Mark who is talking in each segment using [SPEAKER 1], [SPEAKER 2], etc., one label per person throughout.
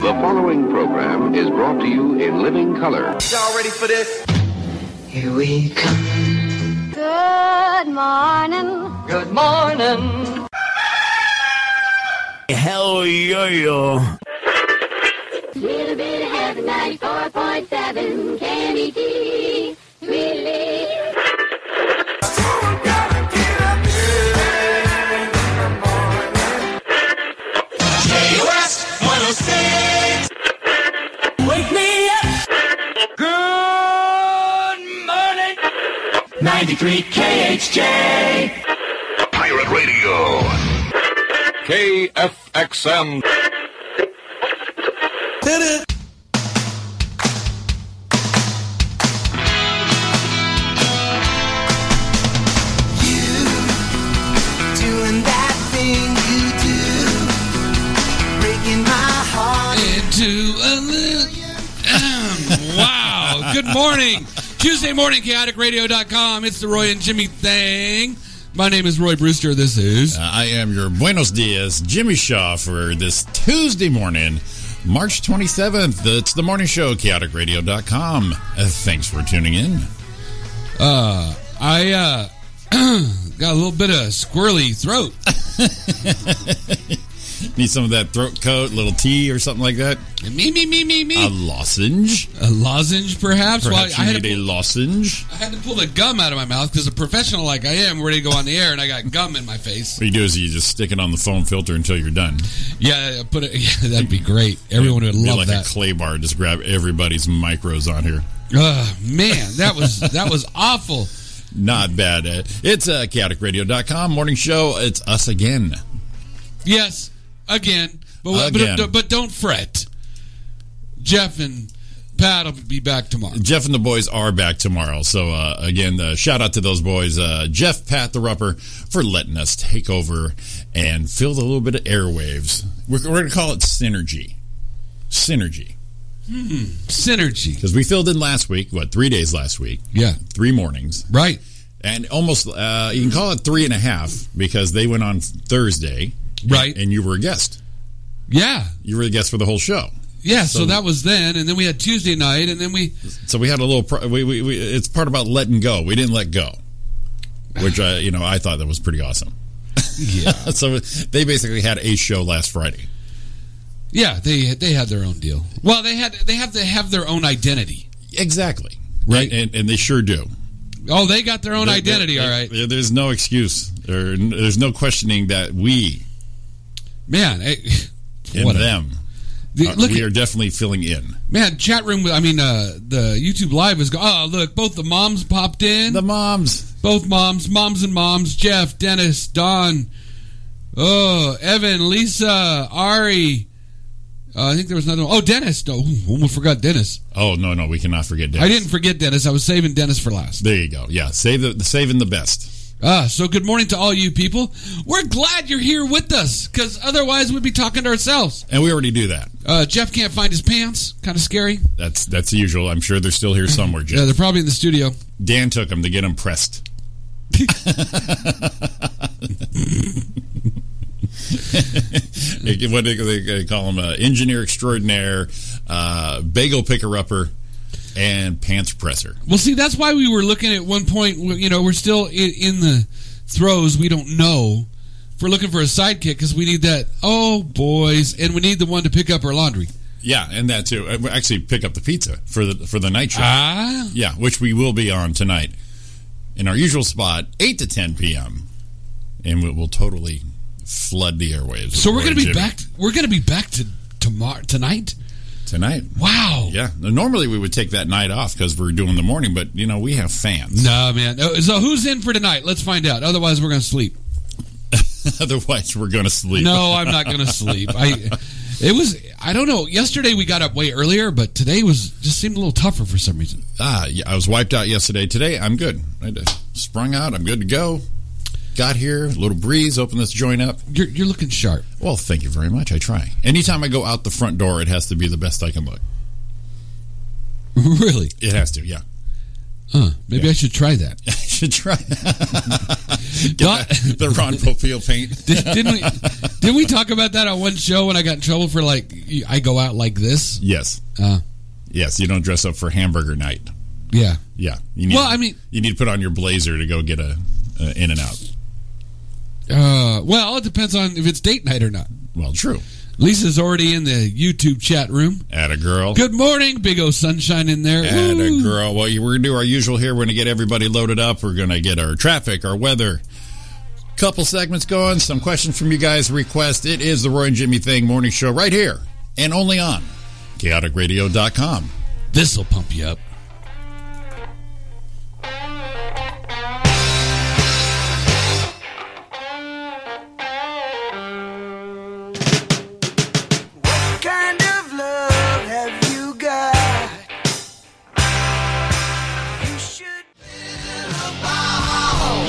[SPEAKER 1] The following program is brought to you in living color.
[SPEAKER 2] Y'all ready for this?
[SPEAKER 3] Here we come.
[SPEAKER 4] Good morning.
[SPEAKER 3] Good morning.
[SPEAKER 5] Hell yo yo.
[SPEAKER 4] Little bit of heaven, 94.7 KMET. Really?
[SPEAKER 5] oh Wake me up. Good morning. 93 KHJ.
[SPEAKER 1] Pirate Radio. KFXM.
[SPEAKER 6] Doing that thing you do, breaking my heart.
[SPEAKER 7] into a million. wow. Good morning. Tuesday morning, chaoticradio.com. It's the Roy and Jimmy thing. My name is Roy Brewster. This is.
[SPEAKER 8] Uh, I am your Buenos Dias, Jimmy Shaw, for this Tuesday morning, March 27th. It's the morning show, chaoticradio.com. Uh, thanks for tuning in.
[SPEAKER 7] I uh, got a little bit of squirrely throat.
[SPEAKER 8] Need some of that throat coat, little tea or something like that?
[SPEAKER 7] Me, me, me, me, me.
[SPEAKER 8] A lozenge?
[SPEAKER 7] a lozenge, perhaps? Well,
[SPEAKER 8] Um, Perhaps
[SPEAKER 7] I,
[SPEAKER 8] you
[SPEAKER 7] had to,
[SPEAKER 8] need a lozenge?
[SPEAKER 7] I had to pull the gum out of my mouth because a professional like I am, ready to go on the air, and I got gum in my face.
[SPEAKER 8] What you do is you just stick it on the foam filter until you're done.
[SPEAKER 7] Yeah, I put it. Yeah, that'd be great. Everyone would
[SPEAKER 8] It'd be
[SPEAKER 7] love
[SPEAKER 8] like
[SPEAKER 7] that.
[SPEAKER 8] a clay bar. Just grab everybody's micros on here.
[SPEAKER 7] Ugh, man, that was that was awful.
[SPEAKER 8] Not bad. Uh, It's uh, chaoticradio.com morning show. It's us again.
[SPEAKER 7] Yes, again. But,
[SPEAKER 8] Again.
[SPEAKER 7] But, but don't fret. Jeff and Pat will be back tomorrow.
[SPEAKER 8] Jeff and the boys are back tomorrow. So uh, again, uh, shout out to those boys, uh, Jeff, Pat, the Rupper, for letting us take over and fill the little bit of airwaves. We're, we're going to call it synergy, synergy,
[SPEAKER 7] Synergy.
[SPEAKER 8] because we filled in last week. What three days last week?
[SPEAKER 7] Yeah.
[SPEAKER 8] Three mornings,
[SPEAKER 7] Right.
[SPEAKER 8] and almost uh, you can call it three and a half because they went on Thursday,
[SPEAKER 7] Right.
[SPEAKER 8] And you were a guest.
[SPEAKER 7] Yeah.
[SPEAKER 8] You were a guest for the whole show.
[SPEAKER 7] Yeah. So,
[SPEAKER 8] So-
[SPEAKER 7] that was then, and then we had Tuesday night, and then we
[SPEAKER 8] So we had a little. Pro- we, we, we it's part about letting go. We didn't let go, which I you know I thought that was pretty awesome.
[SPEAKER 7] yeah
[SPEAKER 8] so they basically had a show last Friday.
[SPEAKER 7] yeah they they had their own deal. Well, they had they have to have their own identity.
[SPEAKER 8] Exactly.
[SPEAKER 7] Right.
[SPEAKER 8] And, and they sure do.
[SPEAKER 7] Oh, they got their own
[SPEAKER 8] There-
[SPEAKER 7] identity.
[SPEAKER 8] there-
[SPEAKER 7] all right,
[SPEAKER 8] there- there's no excuse. There, there's no questioning that we
[SPEAKER 7] man. eh,
[SPEAKER 8] and
[SPEAKER 7] what a-
[SPEAKER 8] them.
[SPEAKER 7] the-
[SPEAKER 8] are-
[SPEAKER 7] look,
[SPEAKER 8] Uh, we
[SPEAKER 7] at-
[SPEAKER 8] are definitely filling in.
[SPEAKER 7] man. Chat room. I mean, uh, the YouTube live is. Go- oh, look, both the moms popped in.
[SPEAKER 8] The moms.
[SPEAKER 7] Both moms, moms and moms, Jeff, Dennis, Don, oh, Evan, Lisa, Ari. Uh, I think there was another one. Oh, Dennis. No, ooh, almost forgot Dennis.
[SPEAKER 8] Oh no, no, we cannot forget. Dennis.
[SPEAKER 7] I didn't forget Dennis. I was saving Dennis for last.
[SPEAKER 8] There you go. Yeah, save the saving the best.
[SPEAKER 7] Ah, so good morning to all you people. We're glad you're here with us because otherwise we'd be talking to ourselves.
[SPEAKER 8] And we already do that.
[SPEAKER 7] Uh, Jeff can't find his pants. Kind of scary.
[SPEAKER 8] That's that's usual. I'm sure they're still here somewhere. Jeff.
[SPEAKER 7] Yeah, they're probably in the studio.
[SPEAKER 8] Dan took them to get them pressed. what do they they call him? Uh, engineer extraordinaire, uh, bagel picker upper, and pants presser.
[SPEAKER 7] Well, see, that's why we were looking at one point. w- You know, we're still in, in the throes. We don't know. If We're looking for a sidekick because we need that. Oh, boys, and we need the one to pick up our laundry.
[SPEAKER 8] Yeah, and that too. Uh, we Actually, pick up the pizza for the for the night show.
[SPEAKER 7] Ah,
[SPEAKER 8] yeah, which we will be on tonight in our usual spot, eight to ten p.m. And we will totally flood the airwaves.
[SPEAKER 7] so we're
[SPEAKER 8] Roy
[SPEAKER 7] gonna be
[SPEAKER 8] Jimmy
[SPEAKER 7] back. We're gonna be back to tomorrow tonight.
[SPEAKER 8] tonight.
[SPEAKER 7] Wow.
[SPEAKER 8] Yeah. Now, Normally we would take that night off because we're doing the morning, but you know we have fans.
[SPEAKER 7] No, man. Oh, So who's in for tonight? Let's find out. Otherwise, we're gonna sleep.
[SPEAKER 8] Otherwise, we're gonna sleep.
[SPEAKER 7] No, I'm not gonna sleep. I. It was. I don't know. Yesterday we got up way earlier, but today was just seemed a little tougher for some reason.
[SPEAKER 8] Ah, yeah, I was wiped out yesterday. Today I'm good. I just sprung out. I'm good to go. Got here, little breeze. Open this joint up.
[SPEAKER 7] You're you're looking sharp.
[SPEAKER 8] Well, thank you very much. I try. Anytime I go out the front door, it has to be the best I can look.
[SPEAKER 7] really.
[SPEAKER 8] It has to. Yeah,
[SPEAKER 7] Huh, maybe I should try that.
[SPEAKER 8] I should try.
[SPEAKER 7] Don-
[SPEAKER 8] the Ron Popeil paint.
[SPEAKER 7] Did- didn't we? Didn't we talk about that on one show when I got in trouble for like I go out like this?
[SPEAKER 8] Yes.
[SPEAKER 7] Uh,
[SPEAKER 8] Yes. You don't dress up for hamburger night.
[SPEAKER 7] yeah.
[SPEAKER 8] Yeah. You need,
[SPEAKER 7] Well, I mean-
[SPEAKER 8] you need to put on your blazer to go get a, a in and out.
[SPEAKER 7] Uh, well, it depends on if it's date night or not.
[SPEAKER 8] Well, true.
[SPEAKER 7] Lisa's already in the YouTube chat room.
[SPEAKER 8] At a girl.
[SPEAKER 7] Good morning, big old sunshine in there.
[SPEAKER 8] At a
[SPEAKER 7] Woo.
[SPEAKER 8] girl. Well, you- we're gonna do our usual here. We're gonna get everybody loaded up. We're gonna get our traffic, our weather. Couple segments going. Some questions from you guys. Request. It is the Roy and Jimmy Thing Morning Show right here and only on chaoticradio.com.
[SPEAKER 7] This'll pump you up.
[SPEAKER 6] What kind of love have you got? You should build a ball.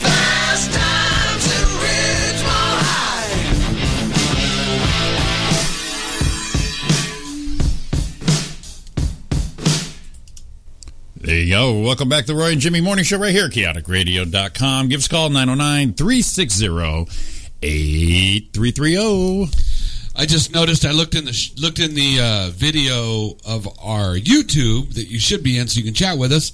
[SPEAKER 6] Fast times in Ridgemont High.
[SPEAKER 8] There you go. Welcome back to the Roy and Jimmy Morning Show right here, chaoticradio.com. Give us a call 909 360 8330.
[SPEAKER 7] I just noticed. I looked in the sh- looked in the uh, video of our YouTube that you should be in, so you can chat with us.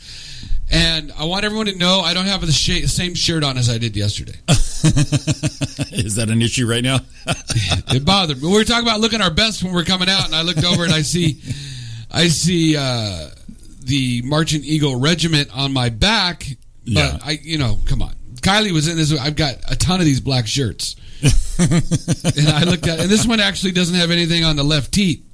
[SPEAKER 7] And I want everyone to know I don't have the sh- same shirt on as I did yesterday.
[SPEAKER 8] Is that an issue right now?
[SPEAKER 7] It bothered me. We were talking about looking our best when we are coming out, and I looked over and I see, I see uh, the Marching Eagle Regiment on my back. But
[SPEAKER 8] Yeah.
[SPEAKER 7] I, you know, come on. Kylie was in this. I've got a ton of these black shirts, and I looked at, and this one actually doesn't have anything on the left teat.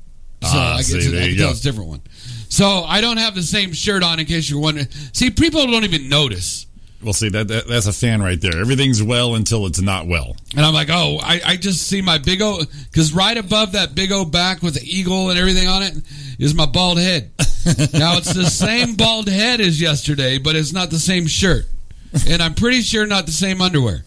[SPEAKER 7] So
[SPEAKER 8] Ah,
[SPEAKER 7] I guess
[SPEAKER 8] see,
[SPEAKER 7] it,
[SPEAKER 8] there
[SPEAKER 7] I
[SPEAKER 8] you
[SPEAKER 7] can tell
[SPEAKER 8] go.
[SPEAKER 7] it's a different one. So I don't have the same shirt on. In case you're wondering, see, people don't even notice.
[SPEAKER 8] Well, see, that, that that's a fan right there. Everything's well until it's not well.
[SPEAKER 7] And I'm like, oh, I, I just see my big O, because right above that big O back with the eagle and everything on it is my bald head. now it's the same bald head as yesterday, but it's not the same shirt, and I'm pretty sure not the same underwear.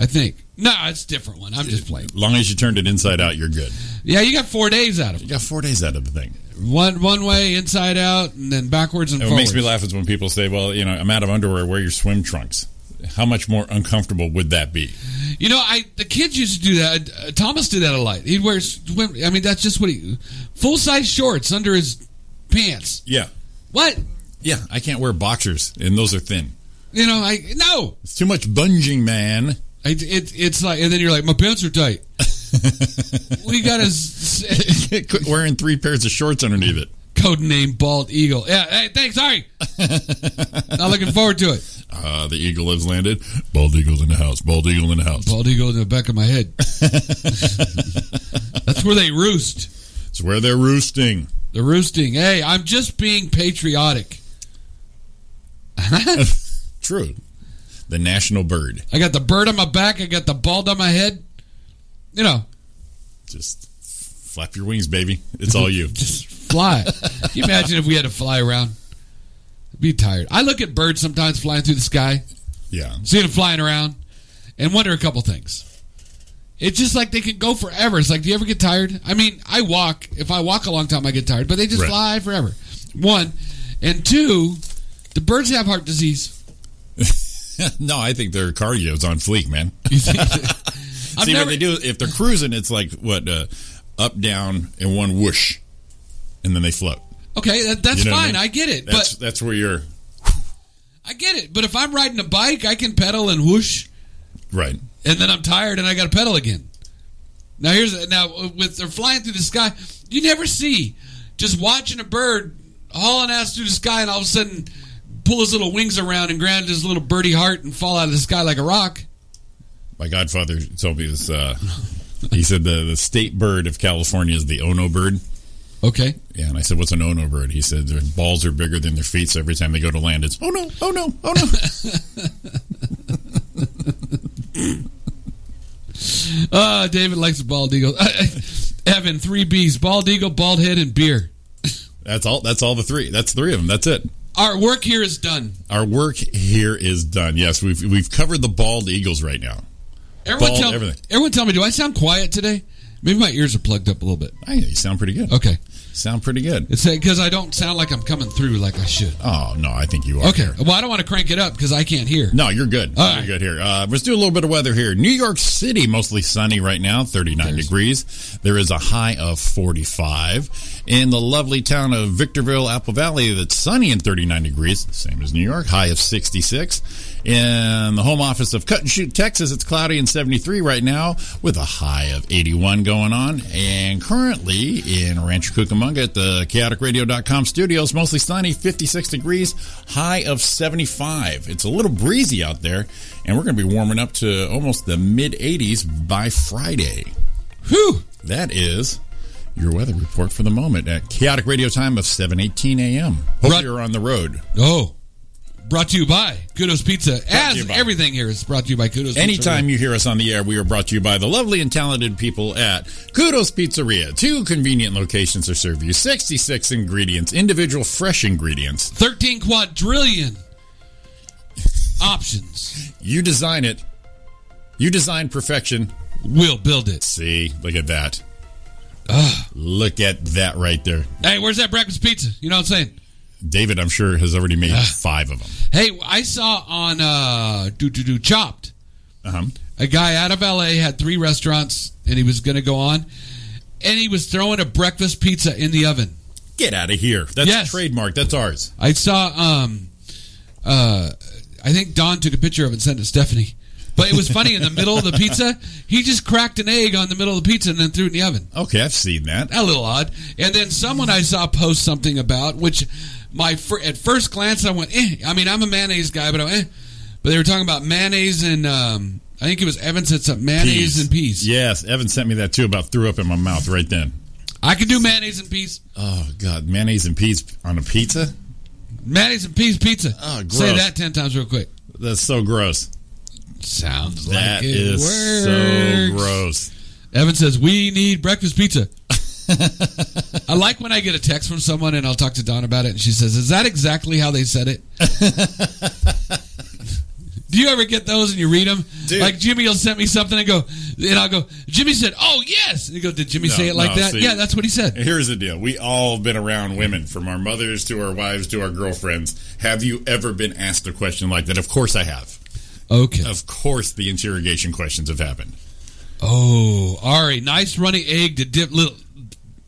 [SPEAKER 7] I think. No, it's a different one. I'm just playing.
[SPEAKER 8] long as you turned it inside out, you're good.
[SPEAKER 7] Yeah, you got four days out of
[SPEAKER 8] You
[SPEAKER 7] it.
[SPEAKER 8] got four days out of the thing.
[SPEAKER 7] One one way, inside out, and then backwards and
[SPEAKER 8] And what
[SPEAKER 7] forwards.
[SPEAKER 8] makes me laugh is when people say, well, you know, I'm out of underwear, wear your swim trunks. How much more uncomfortable would that be?
[SPEAKER 7] You know, I the kids used to do that. Uh, Thomas did that a lot. He wears. I mean, that's just what he full size shorts under his pants.
[SPEAKER 8] Yeah.
[SPEAKER 7] What?
[SPEAKER 8] Yeah, I can't wear boxers, and those are thin.
[SPEAKER 7] You know, I no.
[SPEAKER 8] It's too much bunging, man.
[SPEAKER 7] I, it, it's like, and then you're like, my pants are tight. we got his
[SPEAKER 8] Quit wearing three pairs of shorts underneath it.
[SPEAKER 7] code name Bald Eagle. Yeah, hey, thanks. Sorry, not looking forward to it.
[SPEAKER 8] Uh, the eagle has landed. Bald eagle's in the house. Bald eagle in the house.
[SPEAKER 7] Bald Eagle in the back of my head. That's where they roost.
[SPEAKER 8] It's where they're roosting.
[SPEAKER 7] The roosting. Hey, I'm just being patriotic.
[SPEAKER 8] True. The national bird.
[SPEAKER 7] I got the bird on my back. I got the bald on my head. You know,
[SPEAKER 8] Just flap your wings, baby. It's all you.
[SPEAKER 7] just fly. Can you imagine if we had to fly around? I'd be tired. I look at birds sometimes flying through the sky.
[SPEAKER 8] Yeah.
[SPEAKER 7] see them flying around, and wonder a couple things. It's just like they can go forever. It's like, do you ever get tired? I mean, I walk. If I walk a long time, I get tired, but they just
[SPEAKER 8] Right.
[SPEAKER 7] fly forever. One. And two, the birds have heart disease.
[SPEAKER 8] no, I think their cardio's on fleek, man.
[SPEAKER 7] You think? I've
[SPEAKER 8] See
[SPEAKER 7] never-
[SPEAKER 8] what they do if they're cruising. It's like what uh, up, down, and one whoosh, and then they float.
[SPEAKER 7] Okay, that, that's
[SPEAKER 8] You know what I
[SPEAKER 7] fine.
[SPEAKER 8] mean?
[SPEAKER 7] I, get it.
[SPEAKER 8] That's
[SPEAKER 7] but
[SPEAKER 8] that's where you're
[SPEAKER 7] I get it. But if I'm riding a bike, I can pedal and whoosh,
[SPEAKER 8] right.
[SPEAKER 7] and then I'm tired and I got to pedal again. Now here's now with they're flying through the sky. You never see just watching a bird hauling ass through the sky, and all of a sudden pull his little wings around and grab his little birdie heart and fall out of the sky like a rock.
[SPEAKER 8] My godfather told me this. Uh, he said the the state bird of California is the ono bird.
[SPEAKER 7] Okay,
[SPEAKER 8] Yeah, and I said, "What's an ono bird?" He said, "Their balls are bigger than their feet, so every time they go to land, it's oh no, oh no, oh no."
[SPEAKER 7] uh, David likes a bald eagle. Evan, three B's: bald eagle, bald head, and beer.
[SPEAKER 8] that's all. That's all the three. That's three of them. That's it.
[SPEAKER 7] Our work here is done.
[SPEAKER 8] Our work here is done. Yes, we've we've covered the bald eagles right now.
[SPEAKER 7] Everyone
[SPEAKER 8] Bald
[SPEAKER 7] tell
[SPEAKER 8] everything.
[SPEAKER 7] everyone tell me, do I sound quiet today? Maybe my ears are plugged up a little bit.
[SPEAKER 8] I, you sound pretty good.
[SPEAKER 7] Okay.
[SPEAKER 8] Sound pretty good.
[SPEAKER 7] It's because I don't sound like I'm coming through like I should.
[SPEAKER 8] Oh no, I think you are.
[SPEAKER 7] Okay. Well, I don't want to crank it up because I can't hear.
[SPEAKER 8] No, you're good.
[SPEAKER 7] All
[SPEAKER 8] You're
[SPEAKER 7] right.
[SPEAKER 8] good here. Uh, let's do a little bit of weather here. New York City, mostly sunny right now, 39 degrees. There is a high of 45. In the lovely town of Victorville, Apple Valley, that's sunny and 39 degrees, same as New York, high of 66. In the home office of Cut and Shoot, Texas, it's cloudy and 73 right now with a high of 81 going on. And currently in Rancho Cucamonga at the chaoticradio.com studios, mostly sunny, 56 degrees, high of 75. It's a little breezy out there, and we're going to be warming up to almost the mid 80s by Friday.
[SPEAKER 7] Whew.
[SPEAKER 8] That is your weather report for the moment at chaotic radio time of 7:18 a.m. Hope
[SPEAKER 7] Right.
[SPEAKER 8] you're on the road.
[SPEAKER 7] Oh. Brought to you by Kudos Pizza.
[SPEAKER 8] you
[SPEAKER 7] As
[SPEAKER 8] by-
[SPEAKER 7] everything here is brought to you by Kudos Pizza.
[SPEAKER 8] Anytime you hear us on the air, we are brought to you by the lovely and talented people at Kudos Pizzeria. Two convenient locations to serve you 66 ingredients, individual fresh ingredients.
[SPEAKER 7] 13 quadrillion options.
[SPEAKER 8] You design it, you design perfection.
[SPEAKER 7] We'll build it.
[SPEAKER 8] See, look at that. Ah, Look at that right there.
[SPEAKER 7] Hey, where's that breakfast pizza? You know what I'm saying?
[SPEAKER 8] David, I'm sure, has already made five of them.
[SPEAKER 7] Hey, I saw on uh do do do chopped.
[SPEAKER 8] Uh-huh.
[SPEAKER 7] A guy out of LA had three restaurants and he was going to go on and he was throwing a breakfast pizza in the oven.
[SPEAKER 8] Get out of here. That's
[SPEAKER 7] Yes.
[SPEAKER 8] trademark. That's ours.
[SPEAKER 7] I saw um uh I think Don took a picture of it and sent it to Stephanie. But it was funny in the middle of the pizza, he just cracked an egg on the middle of the pizza and then threw it in the oven.
[SPEAKER 8] Okay, I've seen that.
[SPEAKER 7] a little odd. And then someone I saw post something about which my fir- at first glance I went, eh. I mean, I'm a mayonnaise guy, but I went, eh. but they were talking about mayonnaise and um, I think it was Evan said something mayonnaise and peas.
[SPEAKER 8] Yes, Evan sent me that too. About threw up in my mouth right then.
[SPEAKER 7] I could do mayonnaise and peas.
[SPEAKER 8] Oh God, mayonnaise and peas on a pizza?
[SPEAKER 7] Mayonnaise and peas pizza.
[SPEAKER 8] Oh, gross.
[SPEAKER 7] Say that ten times real quick.
[SPEAKER 8] That's so gross.
[SPEAKER 7] Sounds
[SPEAKER 8] That
[SPEAKER 7] like it
[SPEAKER 8] is so
[SPEAKER 7] works.
[SPEAKER 8] gross.
[SPEAKER 7] Evan says we need breakfast pizza. I like when I get a text from someone and I'll talk to Don about it, and she says, "Is that exactly how they said it?" do you ever get those and you read them?
[SPEAKER 8] Dude.
[SPEAKER 7] Like Jimmy will send me something and go, and I'll go, "Jimmy said, oh yes," and you go, "Did Jimmy
[SPEAKER 8] No,
[SPEAKER 7] say it like
[SPEAKER 8] no,
[SPEAKER 7] that?"
[SPEAKER 8] see.
[SPEAKER 7] yeah, that's what he said.
[SPEAKER 8] Here's the deal. We all been around women, from our mothers to our wives to our girlfriends. Have you ever been asked a question like that? Of course I have.
[SPEAKER 7] Okay.
[SPEAKER 8] Of course the interrogation questions have happened.
[SPEAKER 7] Oh, Ari, nice runny egg to dip little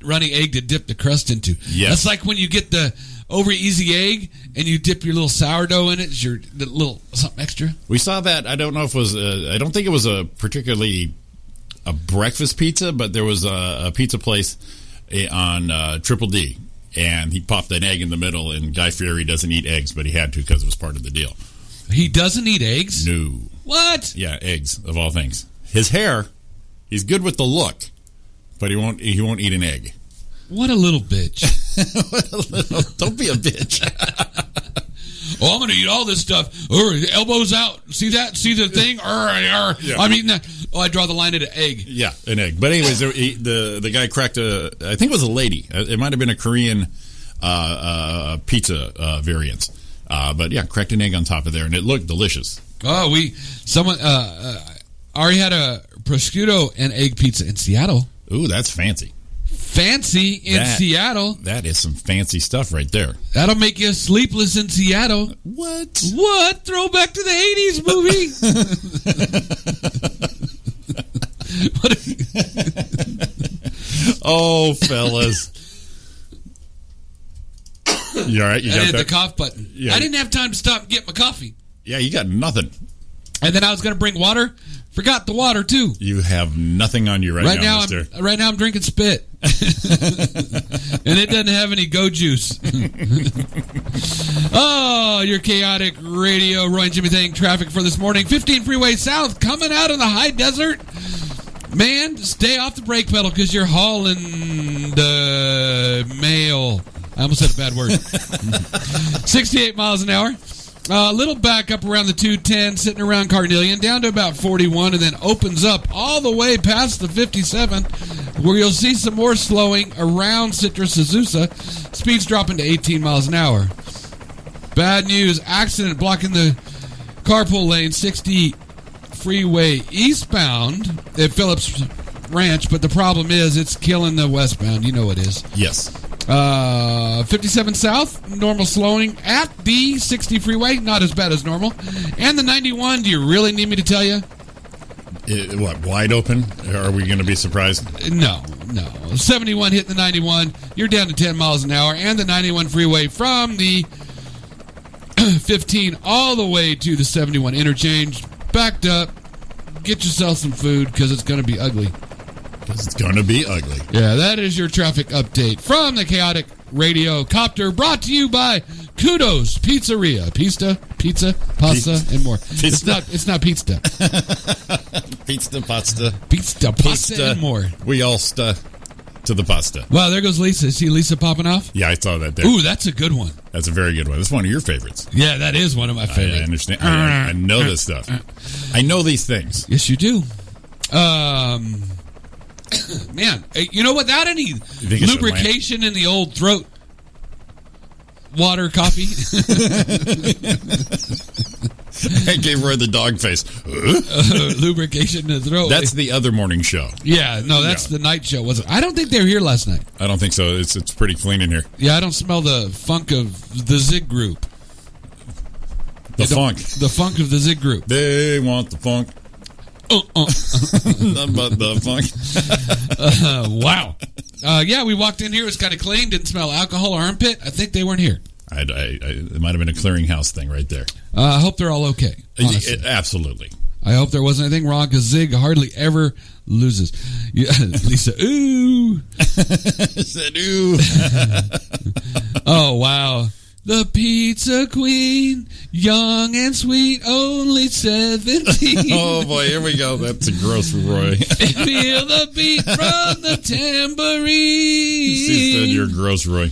[SPEAKER 7] runny egg to dip the crust into.
[SPEAKER 8] Yes.
[SPEAKER 7] that's like when you get the over easy egg and you dip your little sourdough in it. Is your the little something extra?
[SPEAKER 8] We saw that. I don't know if it was. uh, I don't think it was a particularly a breakfast pizza, but there was a, a pizza place eh, on uh, Triple D, and he popped an egg in the middle. And Guy Fieri doesn't eat eggs, but he had to because it was part of the deal.
[SPEAKER 7] He doesn't eat eggs.
[SPEAKER 8] No,
[SPEAKER 7] What?
[SPEAKER 8] yeah, eggs of all things. His hair, he's good with the look, but he won't. He won't eat an egg.
[SPEAKER 7] What a little bitch!
[SPEAKER 8] don't be a bitch.
[SPEAKER 7] oh, I'm gonna eat all this stuff. Or elbows out. See that? See the thing? Urgh, urgh.
[SPEAKER 8] Yeah.
[SPEAKER 7] I'm eating that. Oh, I draw the line at an egg.
[SPEAKER 8] Yeah, an egg. But anyways, there, he, the the guy cracked a. I think it was a lady. Uh, It might have been a Korean uh, uh, pizza uh, variant. Uh, but yeah, cracked an egg on top of there, and it looked delicious.
[SPEAKER 7] Oh, we someone uh, uh, Ari had a prosciutto and egg pizza in Seattle.
[SPEAKER 8] Ooh, that's fancy.
[SPEAKER 7] Fancy in
[SPEAKER 8] That-
[SPEAKER 7] Seattle.
[SPEAKER 8] That is some fancy stuff right there.
[SPEAKER 7] That'll make you sleepless in Seattle.
[SPEAKER 8] What?
[SPEAKER 7] What? Throwback to the 80s movie. what if-
[SPEAKER 8] Oh, fellas. you all right? You
[SPEAKER 7] I
[SPEAKER 8] got
[SPEAKER 7] hit the
[SPEAKER 8] that?
[SPEAKER 7] cough button.
[SPEAKER 8] Yeah.
[SPEAKER 7] I didn't have time to stop and get my coffee.
[SPEAKER 8] yeah, you got nothing.
[SPEAKER 7] And then I was going to bring water. Forgot the water too.
[SPEAKER 8] You have nothing on you right,
[SPEAKER 7] Right now,
[SPEAKER 8] mister.
[SPEAKER 7] I'm, right now I'm drinking spit, and it doesn't have any go juice. oh, your chaotic radio, Roy and Jimmy thing traffic for this morning. 15 freeway south coming out of the high desert. Man, stay off the brake pedal because you're hauling the mail. I almost said a bad word. 68 miles an hour. A little back up around the 210, sitting around Carnelian, down to about 41, and then opens up all the way past the 57, where you'll see some more slowing around Citrus Azusa. Speeds dropping to 18 miles an hour. Bad news accident blocking the carpool lane, 60 freeway eastbound at Phillips Ranch, but the problem is it's killing the westbound. You know it is.
[SPEAKER 8] Yes.
[SPEAKER 7] Uh, 57 South, normal slowing at the 60 freeway, not as bad as normal. And the 91, do you really need me to tell you?
[SPEAKER 8] It- what, wide open? Are we going to be surprised?
[SPEAKER 7] No, no. 71 hitting the 91, you're down to 10 miles an hour, and the 91 freeway from the 15 all the way to the 71 interchange, backed up. Get yourself some food because it's going to be ugly.
[SPEAKER 8] 'Cause it's going to be ugly.
[SPEAKER 7] Yeah, that is your traffic update from the Chaotic Radio Copter, brought to you by Kudos Pizzeria, pizza, pizza, pasta,
[SPEAKER 8] Pizza.
[SPEAKER 7] and more. It's
[SPEAKER 8] Pizza.
[SPEAKER 7] not, it's not pizza,
[SPEAKER 8] Pizza, pasta,
[SPEAKER 7] pizza, pasta,
[SPEAKER 8] pasta,
[SPEAKER 7] and more.
[SPEAKER 8] We all sta to the pasta.
[SPEAKER 7] Wow, there goes Lisa. See Lisa popping off.
[SPEAKER 8] Yeah, I saw that there.
[SPEAKER 7] Ooh, that's a good one.
[SPEAKER 8] That's a very good one. That's one of your favorites.
[SPEAKER 7] Yeah, that is one of my
[SPEAKER 8] I, I
[SPEAKER 7] favorites.
[SPEAKER 8] understand. I, I know this stuff. I know these things.
[SPEAKER 7] Yes, you do. Um, man, eh, you know, without any
[SPEAKER 8] think it's
[SPEAKER 7] lubrication in the old throat, water, coffee.
[SPEAKER 8] I gave Roy the dog face.
[SPEAKER 7] lubrication in the throat.
[SPEAKER 8] That's the other morning show.
[SPEAKER 7] yeah, no, that's
[SPEAKER 8] Yeah.
[SPEAKER 7] the night show, wasn't it? I don't think they were here last night.
[SPEAKER 8] I don't think so. It's it's pretty clean in here.
[SPEAKER 7] Yeah, I don't smell the funk of the Zig Group.
[SPEAKER 8] The
[SPEAKER 7] They don't-
[SPEAKER 8] funk.
[SPEAKER 7] The funk of the Zig Group.
[SPEAKER 8] They want the funk.
[SPEAKER 7] Uh, uh,
[SPEAKER 8] Nothing but the funk.
[SPEAKER 7] uh, wow. Uh, yeah, we walked in here. It was kind of clean. Didn't smell alcohol or armpit. I think they weren't here.
[SPEAKER 8] I, I, I, it might have been a clearinghouse thing right there.
[SPEAKER 7] Uh, I hope they're all okay. honestly.
[SPEAKER 8] It- absolutely.
[SPEAKER 7] I hope there wasn't anything wrong because Zig hardly ever loses. Yeah, Lisa, ooh.
[SPEAKER 8] Said, "Ooh."
[SPEAKER 7] Oh, wow. The pizza queen, young and sweet, only 17.
[SPEAKER 8] oh boy, here we go. That's a gross Roy.
[SPEAKER 7] Feel the beat from the
[SPEAKER 8] she said you're
[SPEAKER 7] tambourine.
[SPEAKER 8] gross Roy.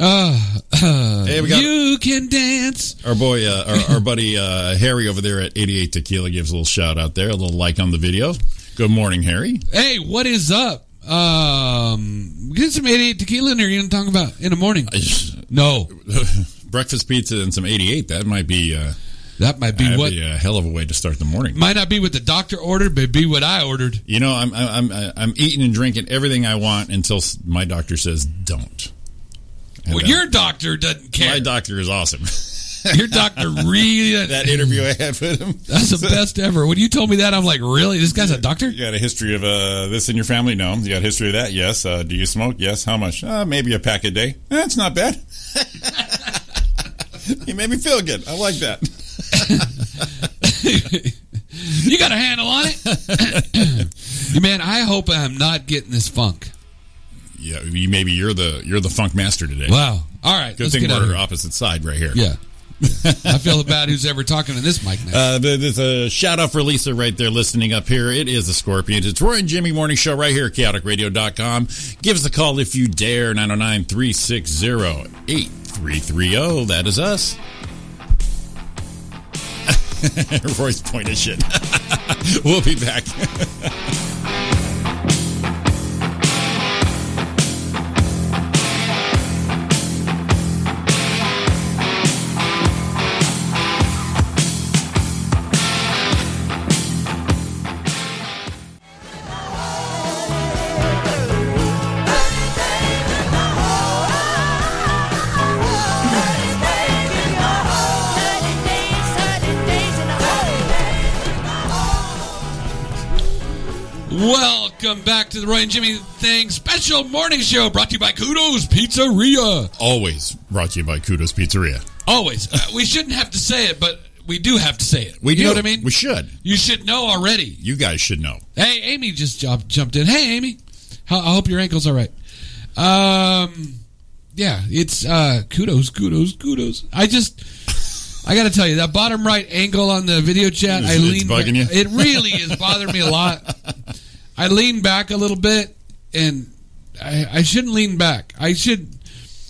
[SPEAKER 7] Ah, ah.
[SPEAKER 8] Hey, we got-
[SPEAKER 7] you can dance.
[SPEAKER 8] Our boy, uh, our, our buddy uh, Harry over there at 88 Tequila gives a little shout out there, a little like on the video. Good morning, Harry.
[SPEAKER 7] Hey, what is up? Um, get some 88 tequila in here. You didn't talk about in the morning. No,
[SPEAKER 8] Breakfast pizza and some 88. That might be, uh,
[SPEAKER 7] that might be
[SPEAKER 8] that'd
[SPEAKER 7] what
[SPEAKER 8] be a hell of a way to start the morning.
[SPEAKER 7] might not be what the doctor ordered, but be what I ordered.
[SPEAKER 8] You know, I'm I'm I'm- I'm eating and drinking everything I want until s- my doctor says don't. And,
[SPEAKER 7] Well,
[SPEAKER 8] uh,
[SPEAKER 7] your doctor doesn't
[SPEAKER 8] my
[SPEAKER 7] care.
[SPEAKER 8] doctor is awesome.
[SPEAKER 7] your doctor really.
[SPEAKER 8] that interview I had with him.
[SPEAKER 7] that's the best ever. When you told me that, I'm like, really? This guy's a doctor?
[SPEAKER 8] You got a history of uh, this in your family? No. You got a history of that? Yes. Uh, do you smoke? Yes. How much? Uh, maybe a pack a day. That's not bad. you made me feel good. I like that.
[SPEAKER 7] you got a handle on it, man. I hope I'm not getting this funk.
[SPEAKER 8] Yeah, you, maybe you're the you're the funk master today.
[SPEAKER 7] Wow. All right,
[SPEAKER 8] Good
[SPEAKER 7] let's
[SPEAKER 8] thing
[SPEAKER 7] get out
[SPEAKER 8] we're
[SPEAKER 7] of here.
[SPEAKER 8] opposite side right here.
[SPEAKER 7] Yeah. I feel about who's ever talking to this mic now.
[SPEAKER 8] Uh, there- there's a shout out for Lisa right there listening up here. It is the Scorpions. It's Roy and Jimmy Morning Show right here at chaoticradio.com. Give us a call if you dare, 909 360 8330. oh. That is us. Roy's point of shit. we'll be back.
[SPEAKER 7] Welcome back to the Roy and Jimmy Thing Special Morning Show brought to you by Kudos Pizzeria.
[SPEAKER 8] Always brought to you by Kudos Pizzeria.
[SPEAKER 7] Always. Uh, we shouldn't have to say it, but we do have to say it.
[SPEAKER 8] We
[SPEAKER 7] you
[SPEAKER 8] do.
[SPEAKER 7] know what I mean?
[SPEAKER 8] We should.
[SPEAKER 7] you should know already.
[SPEAKER 8] You guys should know.
[SPEAKER 7] Hey, Amy just jumped, jumped in. Hey, Amy. How, I hope your ankle's all right. Um, yeah, it's uh, kudos, kudos, kudos. I just. I got to tell you, that bottom right angle on the video chat, I lean.
[SPEAKER 8] It's bugging you?
[SPEAKER 7] It really is bothering me a lot. I lean back a little bit, and I, I shouldn't lean back. I should.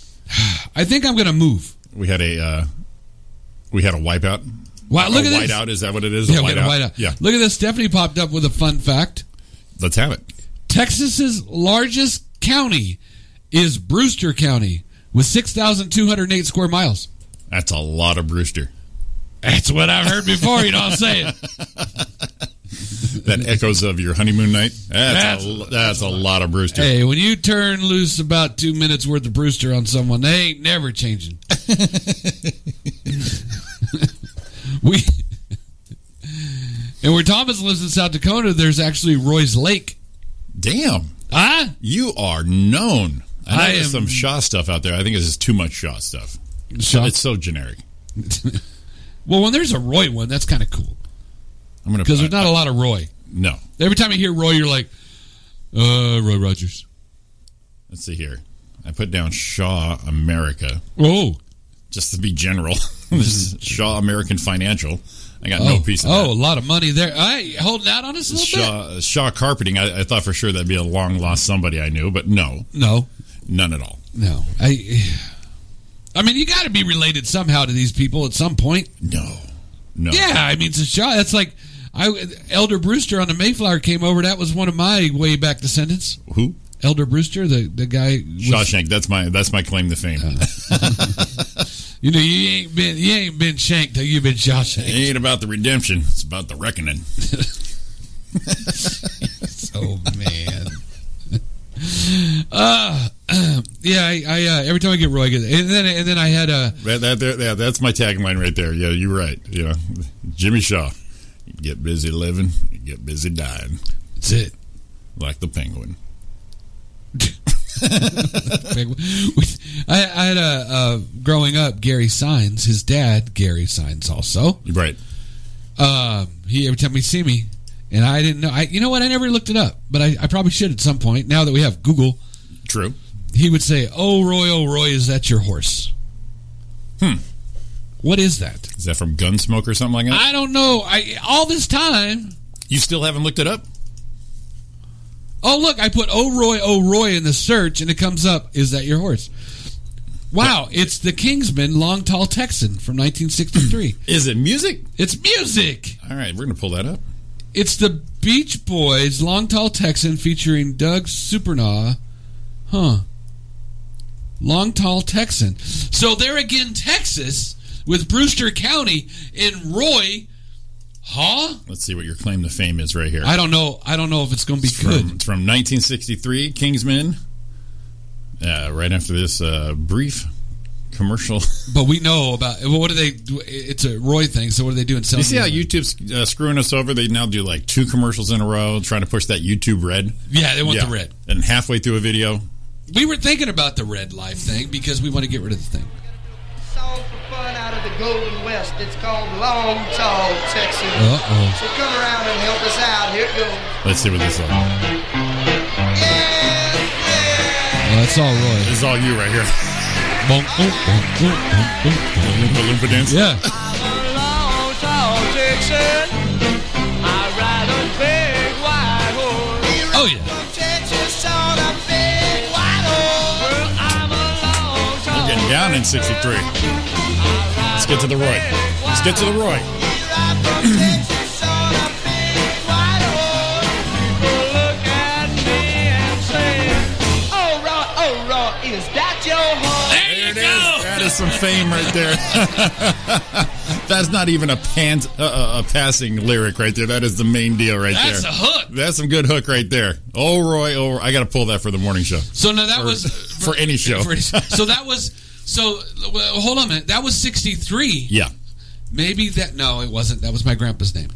[SPEAKER 7] I think I'm going to move.
[SPEAKER 8] We had a uh, we had a wipeout.
[SPEAKER 7] Wow, look
[SPEAKER 8] a
[SPEAKER 7] at this.
[SPEAKER 8] whiteout. Is that what it is?
[SPEAKER 7] Yeah,
[SPEAKER 8] a
[SPEAKER 7] we got a
[SPEAKER 8] whiteout.
[SPEAKER 7] whiteout.
[SPEAKER 8] Yeah.
[SPEAKER 7] Look at this. Stephanie popped up with a fun fact.
[SPEAKER 8] Let's have it.
[SPEAKER 7] Texas's largest county is Brewster County with 6,208 square miles.
[SPEAKER 8] That's a lot of Brewster.
[SPEAKER 7] That's what I've heard before, you know what I'm saying?
[SPEAKER 8] that echoes of your honeymoon night. That's
[SPEAKER 7] That's-
[SPEAKER 8] a, l- that's a lot of Brewster.
[SPEAKER 7] Hey, when you turn loose about two minutes worth of Brewster on someone, they ain't never changing. we and where Thomas lives in South Dakota, there's actually Roy's Lake.
[SPEAKER 8] Damn,
[SPEAKER 7] Huh?
[SPEAKER 8] you are known. I know
[SPEAKER 7] I
[SPEAKER 8] there's
[SPEAKER 7] am-
[SPEAKER 8] some Shaw stuff out there. I think this is too much Shaw stuff.
[SPEAKER 7] Shaw.
[SPEAKER 8] It's so generic.
[SPEAKER 7] Well, when there's a Roy one, that's kind of cool
[SPEAKER 8] I'm gonna
[SPEAKER 7] because there's not a lot of Roy.
[SPEAKER 8] no.
[SPEAKER 7] Every time you hear Roy, you're like, uh, Roy Rogers.
[SPEAKER 8] Let's see here. I put down Shaw America
[SPEAKER 7] Oh,
[SPEAKER 8] just to be general. this is Shaw American Financial. I got no
[SPEAKER 7] oh,
[SPEAKER 8] piece of
[SPEAKER 7] oh, a
[SPEAKER 8] that.
[SPEAKER 7] lot of money there. I holding out on us a little bit.
[SPEAKER 8] Shaw, Shaw Carpeting. I, I thought for sure that'd be a long lost somebody I knew, but no,
[SPEAKER 7] No,
[SPEAKER 8] none at all.
[SPEAKER 7] no. I, I mean, you got to be related somehow to these people at some point.
[SPEAKER 8] No, no.
[SPEAKER 7] Yeah, I mean, it's a shot. That's like I Elder Brewster on the Mayflower came over. That was one of my way back descendants.
[SPEAKER 8] Who?
[SPEAKER 7] Elder Brewster, the the guy. was-
[SPEAKER 8] Shawshank. That's my that's my claim to fame.
[SPEAKER 7] Uh, you know, you ain't been you ain't been shanked till you've been
[SPEAKER 8] it
[SPEAKER 7] Shawshank.
[SPEAKER 8] ain't about the redemption. It's about the reckoning.
[SPEAKER 7] oh man. Uh, yeah, I, I uh, every time I get Roy, I get, and then and then I had uh,
[SPEAKER 8] That, that, that, that- that's my tagline right there. Yeah, you're right. You know, Jimmy Shaw. You get busy living, you get busy dying,
[SPEAKER 7] that's it.
[SPEAKER 8] like the penguin.
[SPEAKER 7] Big- I, I had a uh, growing up Gary Signs, his dad Gary Signs also.
[SPEAKER 8] You're right.
[SPEAKER 7] Um, he every time he see me, and I didn't know. I you know what? I never looked it up, but I, I probably should at some point. Now that we have Google,
[SPEAKER 8] True.
[SPEAKER 7] he would say, "Oh Roy, oh Roy, is that your horse?"
[SPEAKER 8] Hmm.
[SPEAKER 7] What is that?
[SPEAKER 8] Is that from Gunsmoke or something like that?
[SPEAKER 7] I don't know. I all this time.
[SPEAKER 8] You still haven't looked it up?
[SPEAKER 7] Oh look, I put "Oh Roy, oh Roy" in the search, and it comes up. Is that your horse? Wow, it's the Kingsman Long Tall Texan from 1963.
[SPEAKER 8] Is it music?
[SPEAKER 7] it's music.
[SPEAKER 8] All right, we're gonna pull that up.
[SPEAKER 7] It's the Beach Boys Long Tall Texan featuring Doug Supernaw. Huh. Long Tall Texan. So there again, Texas, with Brewster County and Roy. Huh?
[SPEAKER 8] Let's see what your claim to fame is right here.
[SPEAKER 7] I don't know. I don't know if it's going to be
[SPEAKER 8] it's from,
[SPEAKER 7] good.
[SPEAKER 8] it's from 1963, Kingsman. Uh, right after this uh, brief commercial.
[SPEAKER 7] But we know about. Well, what do they? do? It's a Roy thing. So what are they doing? Selling
[SPEAKER 8] you see how
[SPEAKER 7] it?
[SPEAKER 8] YouTube's uh, screwing us over? They now do like two commercials in a row, trying to push that YouTube red.
[SPEAKER 7] Yeah, they want
[SPEAKER 8] Yeah.
[SPEAKER 7] the red.
[SPEAKER 8] And halfway through a video,
[SPEAKER 7] We were thinking about the red life thing because we want to get rid of the thing.
[SPEAKER 2] song for fun out of the Golden West. It's called Long Tall Texas.
[SPEAKER 7] Uh oh.
[SPEAKER 2] So come around and help us out. Here it goes.
[SPEAKER 8] let's see what this is.
[SPEAKER 2] Yes,
[SPEAKER 7] Well, that's all Roy.
[SPEAKER 8] This is all you right here.
[SPEAKER 7] Bonk, bonk, bonk, bonk, bonk, bonk, bonk.
[SPEAKER 8] Oompa Loompa dance.
[SPEAKER 7] Yeah.
[SPEAKER 8] Oh,
[SPEAKER 2] Long Tall Texas. I ride a big white horse.
[SPEAKER 7] Oh yeah.
[SPEAKER 2] From Texas on a big white horse. Well, I'm a long tall
[SPEAKER 8] Getting down in 63. Let's get to the Roy. Let's get to the Roy.
[SPEAKER 2] I'm from Texas on a big white horse. People look at me and say, Oh, Roy, oh, Roy, is that your horse?
[SPEAKER 7] There you
[SPEAKER 8] It is.
[SPEAKER 7] go.
[SPEAKER 8] That is some fame right there. That's not even a pan, uh, uh, a passing lyric right there. That is the main deal right
[SPEAKER 7] That's
[SPEAKER 8] there.
[SPEAKER 7] a hook.
[SPEAKER 8] That's some good hook right there. Oh, Roy, oh, Roy. I got to pull that for the morning show.
[SPEAKER 7] So no, that
[SPEAKER 8] Or-
[SPEAKER 7] was
[SPEAKER 8] for any show.
[SPEAKER 7] for- so that was so. Well, hold on a minute. That was sixty three.
[SPEAKER 8] Yeah.
[SPEAKER 7] Maybe that no, it wasn't. That was my grandpa's name.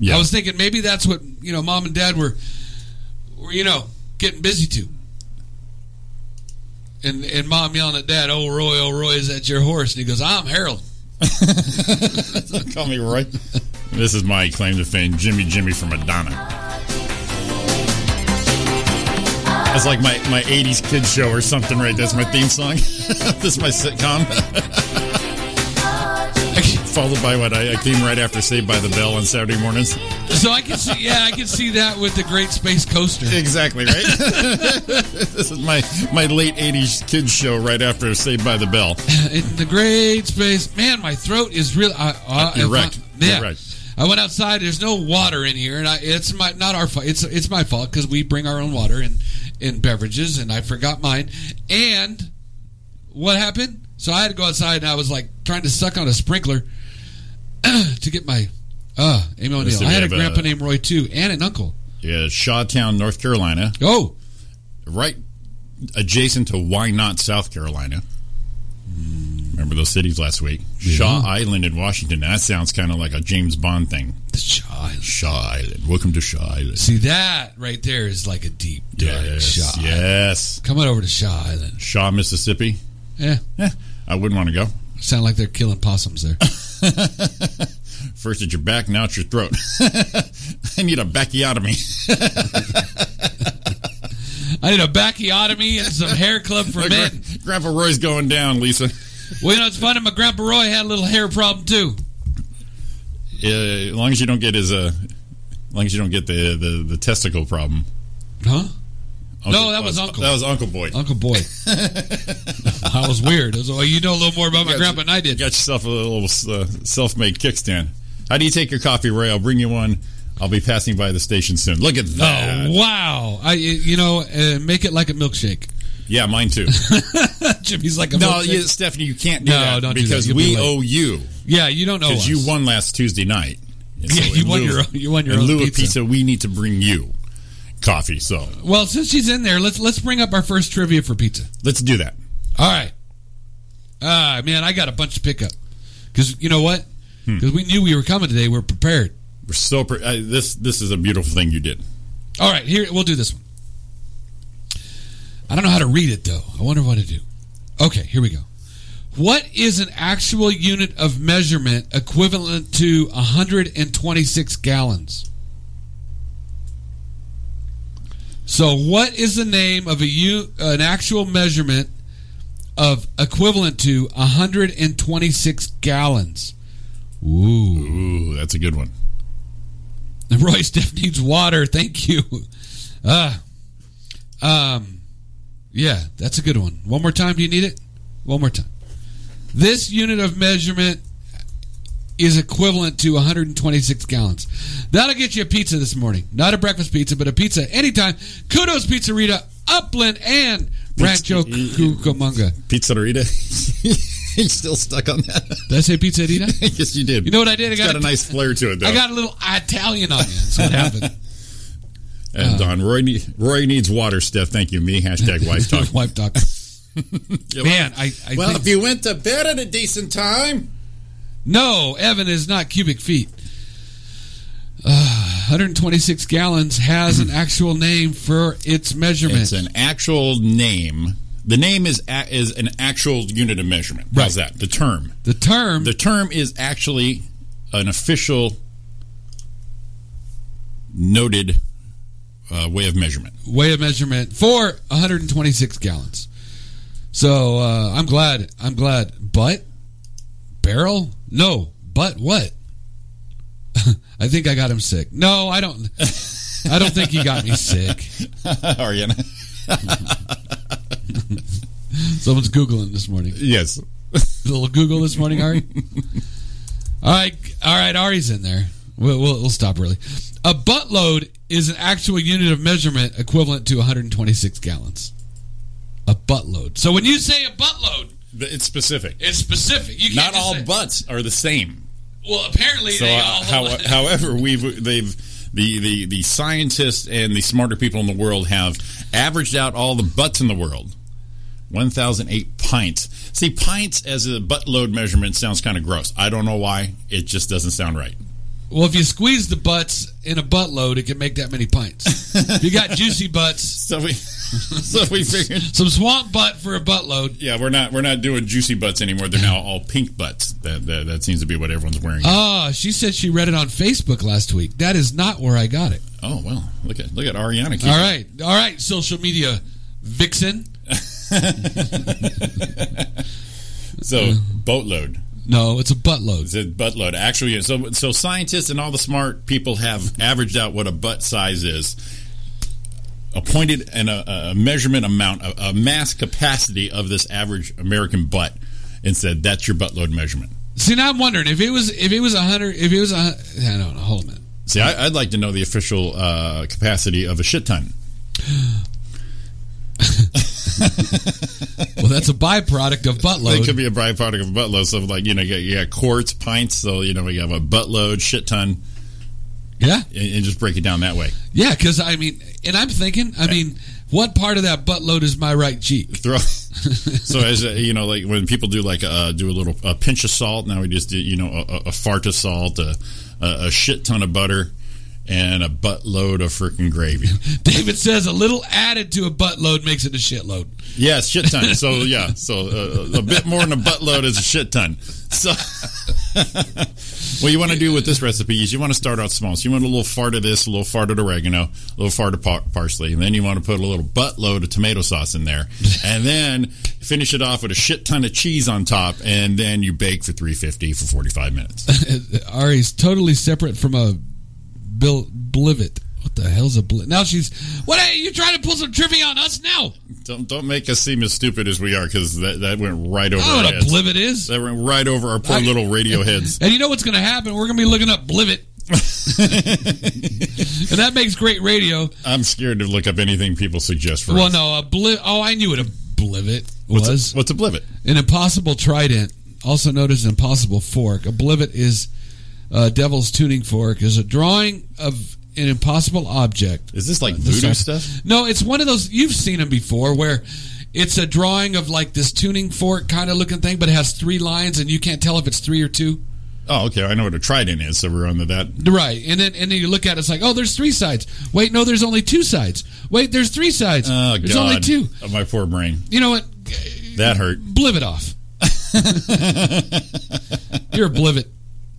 [SPEAKER 8] Yeah.
[SPEAKER 7] I was thinking maybe that's what you know, mom and dad were, were you know, getting busy to. And and mom yelling at dad, "Oh Roy, oh Roy, is that your horse?" And he goes, "I'm Harold."
[SPEAKER 8] Call me Roy. This is my claim to fame, Jimmy Jimmy from Madonna. That's like my, my 80s kids show or something, right? That's my theme song. this is my sitcom. Followed by what I, I came right after Saved by the Bell on Saturday mornings.
[SPEAKER 7] So I can see, yeah, I can see that with the Great Space Coaster.
[SPEAKER 8] Exactly, right? this is my, my late 80s kids show right after Saved by the Bell.
[SPEAKER 7] in the great space. Man, my throat is real. I, I,
[SPEAKER 8] You're
[SPEAKER 7] if
[SPEAKER 8] right.
[SPEAKER 7] I, yeah.
[SPEAKER 8] You're right.
[SPEAKER 7] I went outside. There's no water in here, and I, it's my not our fault. It's it's my fault because we bring our own water and and beverages, and I forgot mine. And what happened? So I had to go outside, and I was like trying to suck on a sprinkler to get my Uh, Amy O'Neill.
[SPEAKER 8] Listen,
[SPEAKER 7] I
[SPEAKER 8] we
[SPEAKER 7] had a
[SPEAKER 8] have a-
[SPEAKER 7] grandpa named Roy too, and an uncle.
[SPEAKER 8] Yeah, Shawtown, North Carolina,
[SPEAKER 7] Oh,
[SPEAKER 8] right adjacent to Why Not, South Carolina. Remember those cities last week?
[SPEAKER 7] Mm-hmm.
[SPEAKER 8] Shaw Island in Washington. That sounds kind of like a James Bond thing.
[SPEAKER 7] the child.
[SPEAKER 8] Shaw Island. Welcome to Shaw Island.
[SPEAKER 7] See that right there is like a deep dark
[SPEAKER 8] yes,
[SPEAKER 7] shot.
[SPEAKER 8] yes.
[SPEAKER 7] Come on over to Shaw Island.
[SPEAKER 8] Shaw, Mississippi.
[SPEAKER 7] Yeah,
[SPEAKER 8] Eh, I wouldn't want to go.
[SPEAKER 7] sound like they're killing possums there.
[SPEAKER 8] First at your back, now it's your throat. I need a backiotomy.
[SPEAKER 7] I need a bacchiotomy and some hair club for men.
[SPEAKER 8] Grandpa Roy's going down, Lisa.
[SPEAKER 7] Well, you know, it's funny. My grandpa Roy had a little hair problem too.
[SPEAKER 8] Uh, as long as you don't get his, uh, as long as you don't get the the, the testicle problem.
[SPEAKER 7] Huh? No, that was Uncle.
[SPEAKER 8] That was Uncle Boy.
[SPEAKER 7] Uncle Boy. I was weird. I was like, well, you know a little more about my
[SPEAKER 8] Got
[SPEAKER 7] grandpa
[SPEAKER 8] you-
[SPEAKER 7] than I did.
[SPEAKER 8] Got yourself a little uh, self-made kickstand. How do you take your coffee, Roy? I'll bring you one. I'll be passing by the station soon. Look at that.
[SPEAKER 7] Oh wow! I you know uh, make it like a milkshake.
[SPEAKER 8] Yeah, mine too.
[SPEAKER 7] Jimmy's like a
[SPEAKER 8] no,
[SPEAKER 7] milkshake.
[SPEAKER 8] you, Stephanie, you can't do
[SPEAKER 7] No,
[SPEAKER 8] that
[SPEAKER 7] don't do that.
[SPEAKER 8] because
[SPEAKER 7] You'll be
[SPEAKER 8] we
[SPEAKER 7] late.
[SPEAKER 8] owe you
[SPEAKER 7] yeah, you don't know
[SPEAKER 8] because
[SPEAKER 7] us.
[SPEAKER 8] you won last Tuesday night. And
[SPEAKER 7] Yeah, you
[SPEAKER 8] in
[SPEAKER 7] won
[SPEAKER 8] lieu
[SPEAKER 7] your
[SPEAKER 8] of-
[SPEAKER 7] own- you won your
[SPEAKER 8] in
[SPEAKER 7] own
[SPEAKER 8] lieu of
[SPEAKER 7] pizza.
[SPEAKER 8] pizza. We need to bring you coffee. So
[SPEAKER 7] Well, since she's in there, let's let's bring up our first trivia for pizza.
[SPEAKER 8] let's do that.
[SPEAKER 7] All right. Ah man, I got a bunch to pick up because you know what? Because we knew we were coming today. We are prepared.
[SPEAKER 8] We're so pre- I, this this is a beautiful thing you did.
[SPEAKER 7] All right, here we'll do this one. I don't know how to read it though. I wonder what to do. Okay, here we go. What is an actual unit of measurement equivalent to 126 gallons? So, what is the name of a u- an actual measurement of equivalent to 126 gallons? Ooh.
[SPEAKER 8] Ooh, that's a good one.
[SPEAKER 7] Roy Steph needs water. Thank you. Uh, um, yeah, that's a good one. One more time. Do you need it? One more time. This unit of measurement is equivalent to 126 gallons. That'll get you a pizza this morning. Not a breakfast pizza, but a pizza anytime. Kudos Pizzeria, Upland, and Rancho Cucamonga.
[SPEAKER 8] Pizza Rita. You're still stuck on that.
[SPEAKER 7] Did I say pizza Rita?
[SPEAKER 8] yes, you did.
[SPEAKER 7] You know what I did? I
[SPEAKER 8] It's
[SPEAKER 7] got
[SPEAKER 8] got,
[SPEAKER 7] a-
[SPEAKER 8] a nice flair to it, though.
[SPEAKER 7] I got a little Italian on you. That's what happened.
[SPEAKER 8] and Don Roy, ne- Roy needs water, Steph. Thank you, me. Hashtag wife talk.
[SPEAKER 7] Wife talk. Man, I, I
[SPEAKER 8] well,
[SPEAKER 7] think-
[SPEAKER 8] if you went to bed at a decent time,
[SPEAKER 7] No, Evan is not cubic feet. Uh, 126 gallons has an actual name for its measurement.
[SPEAKER 8] it's an actual name. The name is a- is an actual unit of measurement. How's that? The term.
[SPEAKER 7] the term,
[SPEAKER 8] The term is actually an official noted uh, way of measurement.
[SPEAKER 7] way of measurement for 126 gallons. So uh, I'm glad. I'm glad. But barrel? No. But what? I think I got him sick. No, I don't. I don't think he got me sick.
[SPEAKER 8] Ariana.
[SPEAKER 7] Someone's googling this morning.
[SPEAKER 8] Yes.
[SPEAKER 7] little Google this morning, Ari. all right, all right, Ari's in there. We'll, we'll, we'll stop early. A buttload is an actual unit of measurement equivalent to 126 gallons. A buttload. So when you say a buttload,
[SPEAKER 8] It's specific.
[SPEAKER 7] it's specific. You can't
[SPEAKER 8] Not
[SPEAKER 7] just
[SPEAKER 8] all
[SPEAKER 7] say-
[SPEAKER 8] butts are the same.
[SPEAKER 7] well, apparently
[SPEAKER 8] So,
[SPEAKER 7] they
[SPEAKER 8] uh,
[SPEAKER 7] all.
[SPEAKER 8] how, however, we've they've the, the the scientists and the smarter people in the world have averaged out all the butts in the world. 1008 pints. See, pints as a butt load measurement sounds kind of gross. I don't know why. It just doesn't sound right.
[SPEAKER 7] well, if you squeeze the butts in a buttload, it can make that many pints. If you got juicy butts,
[SPEAKER 8] So we so we figured
[SPEAKER 7] some swamp butt for a buttload.
[SPEAKER 8] yeah, we're not we're not doing juicy butts anymore. They're now all pink butts. That that, that seems to be what everyone's wearing.
[SPEAKER 7] Ah, she said she read it on Facebook last week. That is not where I got it.
[SPEAKER 8] oh, well. Look at look at Ariana. keeping-
[SPEAKER 7] All right, all right, social media vixen.
[SPEAKER 8] So, boatload.
[SPEAKER 7] No, it's a buttload.
[SPEAKER 8] The butt load. Actually, so so scientists and all the smart people have averaged out what a butt size is. Appointed and a, a measurement amount, a, a mass capacity of this average American butt, and said that's your butt load measurement.
[SPEAKER 7] See, now I'm wondering if it was if it was a hundred if it was a hun- I don't know. Hold a minute.
[SPEAKER 8] See, I, I'd like to know the official uh, capacity of a shit ton.
[SPEAKER 7] Well, that's a byproduct of
[SPEAKER 8] It could
[SPEAKER 7] buttload.
[SPEAKER 8] be a byproduct of a buttload. So, like, you know, you got, you got quarts, pints. So, you know, we have a buttload, shit ton,
[SPEAKER 7] Yeah,
[SPEAKER 8] and, and just break it down that way.
[SPEAKER 7] yeah. Because I mean, and I'm thinking, I mean, what part of that buttload is my right cheek?
[SPEAKER 8] Throw. so, as a, you know, like when people do like uh, do a little a pinch of salt. Now we just do, you know, a, a- a fart of salt, a, a, a shit ton of butter, and a buttload of freaking gravy.
[SPEAKER 7] David says a little added to a buttload makes it a shitload.
[SPEAKER 8] Yes, shit ton. So yeah, so uh, a bit more than a buttload is a shit ton. So what you want to do with this recipe is you want to start out small. So you want a little fart of this, a little fart of oregano, a little fart of par- parsley, and then you want to put a little buttload of tomato sauce in there, and then finish it off with a shit ton of cheese on top, and then you bake for three fifty for forty five minutes.
[SPEAKER 7] Ari's totally separate from a Bill Blivet. What the hell's a Blivet? Now she's what? Are you trying to pull some trivia on us now?
[SPEAKER 8] don't don't make us seem as stupid as we are because that that went right over
[SPEAKER 7] I don't
[SPEAKER 8] our
[SPEAKER 7] know what
[SPEAKER 8] heads.
[SPEAKER 7] a Blivet is.
[SPEAKER 8] that went right over our poor
[SPEAKER 7] I-
[SPEAKER 8] little radio heads.
[SPEAKER 7] And you know what's going to happen? We're going to be looking up Blivet. and that makes great radio.
[SPEAKER 8] I'm scared to look up anything people suggest for
[SPEAKER 7] Well,
[SPEAKER 8] us.
[SPEAKER 7] no, a bliv. Oh, I knew what a blivet was.
[SPEAKER 8] What's a, what's a blivet?
[SPEAKER 7] an impossible trident, also known as an impossible fork. A blivet is uh, devil's tuning fork. Is a drawing of an impossible object.
[SPEAKER 8] Is this like voodoo
[SPEAKER 7] Sorry.
[SPEAKER 8] stuff?
[SPEAKER 7] No, it's one of those you've seen them before where. It's a drawing of like this tuning fork kind of looking thing, but it has three lines, and you can't tell if it's three or two.
[SPEAKER 8] Oh, okay. I know what a trident is, so we're on to that.
[SPEAKER 7] Right, and then and then you look at it, it's like, oh, there's three sides. Wait, no, there's only two sides. Wait, there's three sides.
[SPEAKER 8] Oh,
[SPEAKER 7] Uh, there's
[SPEAKER 8] God.
[SPEAKER 7] only two.
[SPEAKER 8] Oh, my poor brain.
[SPEAKER 7] You know what?
[SPEAKER 8] That hurt.
[SPEAKER 7] Bliv it off. You're a blivet.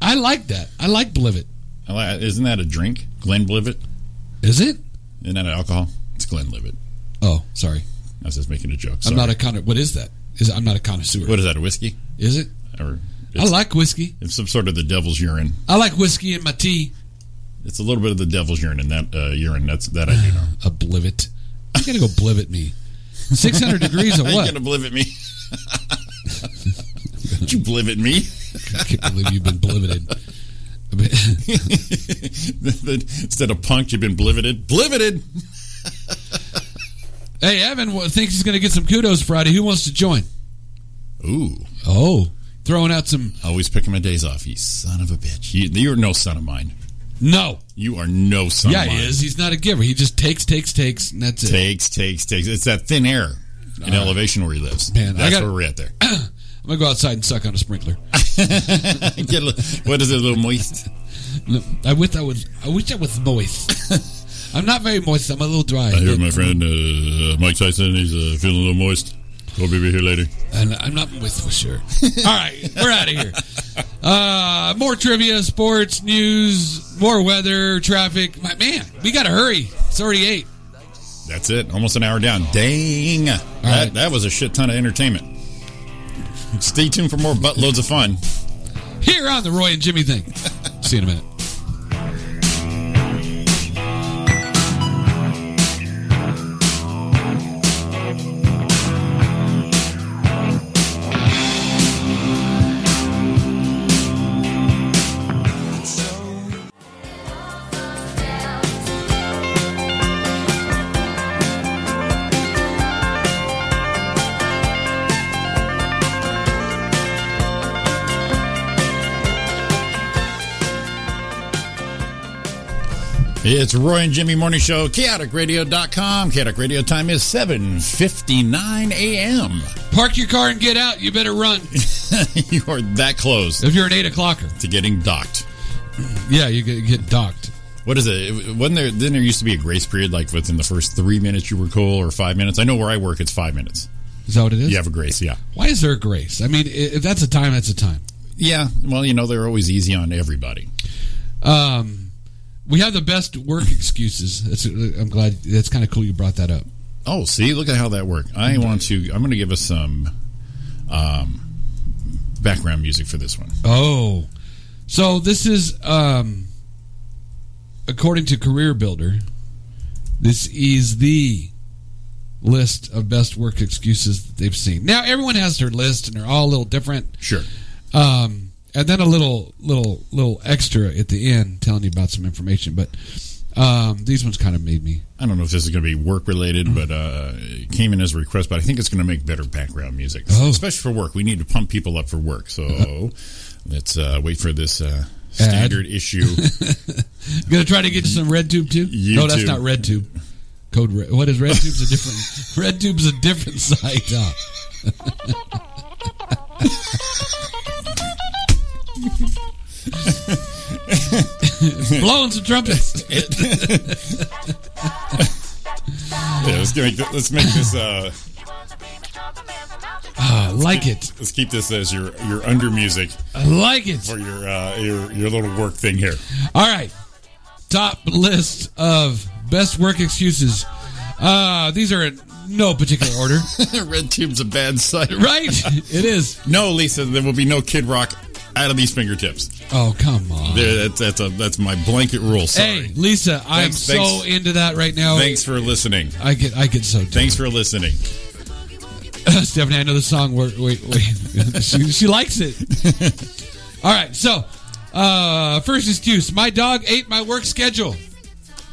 [SPEAKER 7] I like that. I like blivet.
[SPEAKER 8] I li- Isn't that a drink? Glenn Blivet?
[SPEAKER 7] Is it?
[SPEAKER 8] Isn't that alcohol? It's Glenn Blivet.
[SPEAKER 7] Oh, sorry.
[SPEAKER 8] I was just making a joke.
[SPEAKER 7] I'm
[SPEAKER 8] Sorry.
[SPEAKER 7] not a connoisseur. What is that? Is I'm not a connoisseur.
[SPEAKER 8] what is that, a whiskey?
[SPEAKER 7] Is it?
[SPEAKER 8] Or
[SPEAKER 7] I
[SPEAKER 8] it's,
[SPEAKER 7] like whiskey.
[SPEAKER 8] it's some sort of the devil's urine.
[SPEAKER 7] I like whiskey in my tea.
[SPEAKER 8] It's a little bit of the devil's urine in that uh, urine. That's That I do know.
[SPEAKER 7] A blivet. You gotta go blivet me. Six hundred degrees of
[SPEAKER 8] How you
[SPEAKER 7] what?
[SPEAKER 8] going to blivet me? Don't you blivet me?
[SPEAKER 7] I can't believe you've been bliveted.
[SPEAKER 8] Instead of punked, you've been bliveted. Bliveted!
[SPEAKER 7] Hey, Evan w- thinks he's going to get some kudos Friday. Who wants to join?
[SPEAKER 8] Ooh.
[SPEAKER 7] Oh, throwing out some.
[SPEAKER 8] Always picking my days off, you son of a bitch. You, you're no son of mine.
[SPEAKER 7] No.
[SPEAKER 8] You are no son
[SPEAKER 7] yeah,
[SPEAKER 8] of mine.
[SPEAKER 7] he is. He's not a giver. He just takes, takes, takes, and that's it.
[SPEAKER 8] Takes, takes, takes. It's that thin air in elevation where he lives.
[SPEAKER 7] Man, I
[SPEAKER 8] That's
[SPEAKER 7] got-
[SPEAKER 8] where we're at there.
[SPEAKER 7] I'm going to go outside and suck on a sprinkler.
[SPEAKER 8] Get a little, what is it, a little moist?
[SPEAKER 7] I wish I was, I wish I was moist. I'm not very moist. I'm a little dry.
[SPEAKER 8] I hear my friend uh, Mike Tyson, he's uh, feeling a little moist. Hope he'll be here later.
[SPEAKER 7] And I'm not moist for sure. All right, we're out of here. Uh, more trivia, sports, news, more weather, traffic. My, man, we got to hurry. It's already 8.
[SPEAKER 8] That's it. Almost an hour down. Dang. That,
[SPEAKER 7] right.
[SPEAKER 8] that was a shit ton of entertainment. Stay tuned for more buttloads of fun.
[SPEAKER 7] Here on the Roy and Jimmy thing. See you in a minute.
[SPEAKER 8] It's Roy and Jimmy Morning Show, chaoticradio.com. Chaotic Radio time is 7.59 a.m.
[SPEAKER 7] Park your car and get out. You better run
[SPEAKER 8] you are that close
[SPEAKER 7] if you're an 8 o'clocker.
[SPEAKER 8] to getting docked.
[SPEAKER 7] Yeah, you get, get docked.
[SPEAKER 8] What is it? it? Wasn't there? Then there used to be a grace period, like within the first three minutes you were cool, or five minutes. I know where I work, it's five minutes.
[SPEAKER 7] Is that what it is?
[SPEAKER 8] You have a grace, yeah,
[SPEAKER 7] Why is there a grace? I mean, i- if that's a time, that's a time.
[SPEAKER 8] yeah. Well, you know they're always easy on everybody.
[SPEAKER 7] Um, we have the best work excuses. That's, I'm glad. That's kind of cool you brought that up.
[SPEAKER 8] Oh, see, look at how that worked. I want to. I'm going to give us some um, background music for this one.
[SPEAKER 7] Oh, so this is um, according to Career Builder. This is the list of best work excuses that they've seen. Now everyone has their list, and they're all a little different.
[SPEAKER 8] Sure.
[SPEAKER 7] Um, and then a little, little, little extra at the end telling you about some information. But um, these ones kind of made me. Mm.
[SPEAKER 8] I don't know if this is going to be work related, but uh, came in as a request, but I think it's going to make better background music,
[SPEAKER 7] Oh.
[SPEAKER 8] especially for work. We need to pump people up for work, so let's uh, wait for this uh,
[SPEAKER 7] Mm-hmm. Ad.
[SPEAKER 8] standard issue.
[SPEAKER 7] Gonna try to get you some red tube too. No, that's
[SPEAKER 8] YouTube.
[SPEAKER 7] not red tube. Code red. What is red tube's a different red tube's a different site. huh? Blowing some trumpets.
[SPEAKER 8] Yeah, let's make th- let's make this. Uh,
[SPEAKER 7] I Uh, like it.
[SPEAKER 8] let's keep this as your your under music
[SPEAKER 7] I like it.
[SPEAKER 8] for your uh, your your little work thing here.
[SPEAKER 7] All right. Top list of best work excuses. Uh, these are in no particular order,
[SPEAKER 8] Red Tube's a bad site,
[SPEAKER 7] right? It is.
[SPEAKER 8] No, Lisa, there will be no Kid Rock out of these fingertips.
[SPEAKER 7] Oh, come on.
[SPEAKER 8] There, that's that's a that's my blanket rule. Sorry.
[SPEAKER 7] Hey, Oh. Lisa, I'm
[SPEAKER 8] Thanks,
[SPEAKER 7] so
[SPEAKER 8] thanks.
[SPEAKER 7] into that right now.
[SPEAKER 8] Thanks for listening.
[SPEAKER 7] I get, I get so. Tired.
[SPEAKER 8] Thanks for listening.
[SPEAKER 7] Stephanie, I know the song. Wait, wait, wait. she, she likes it. All right, so uh, first excuse: my dog ate my work schedule.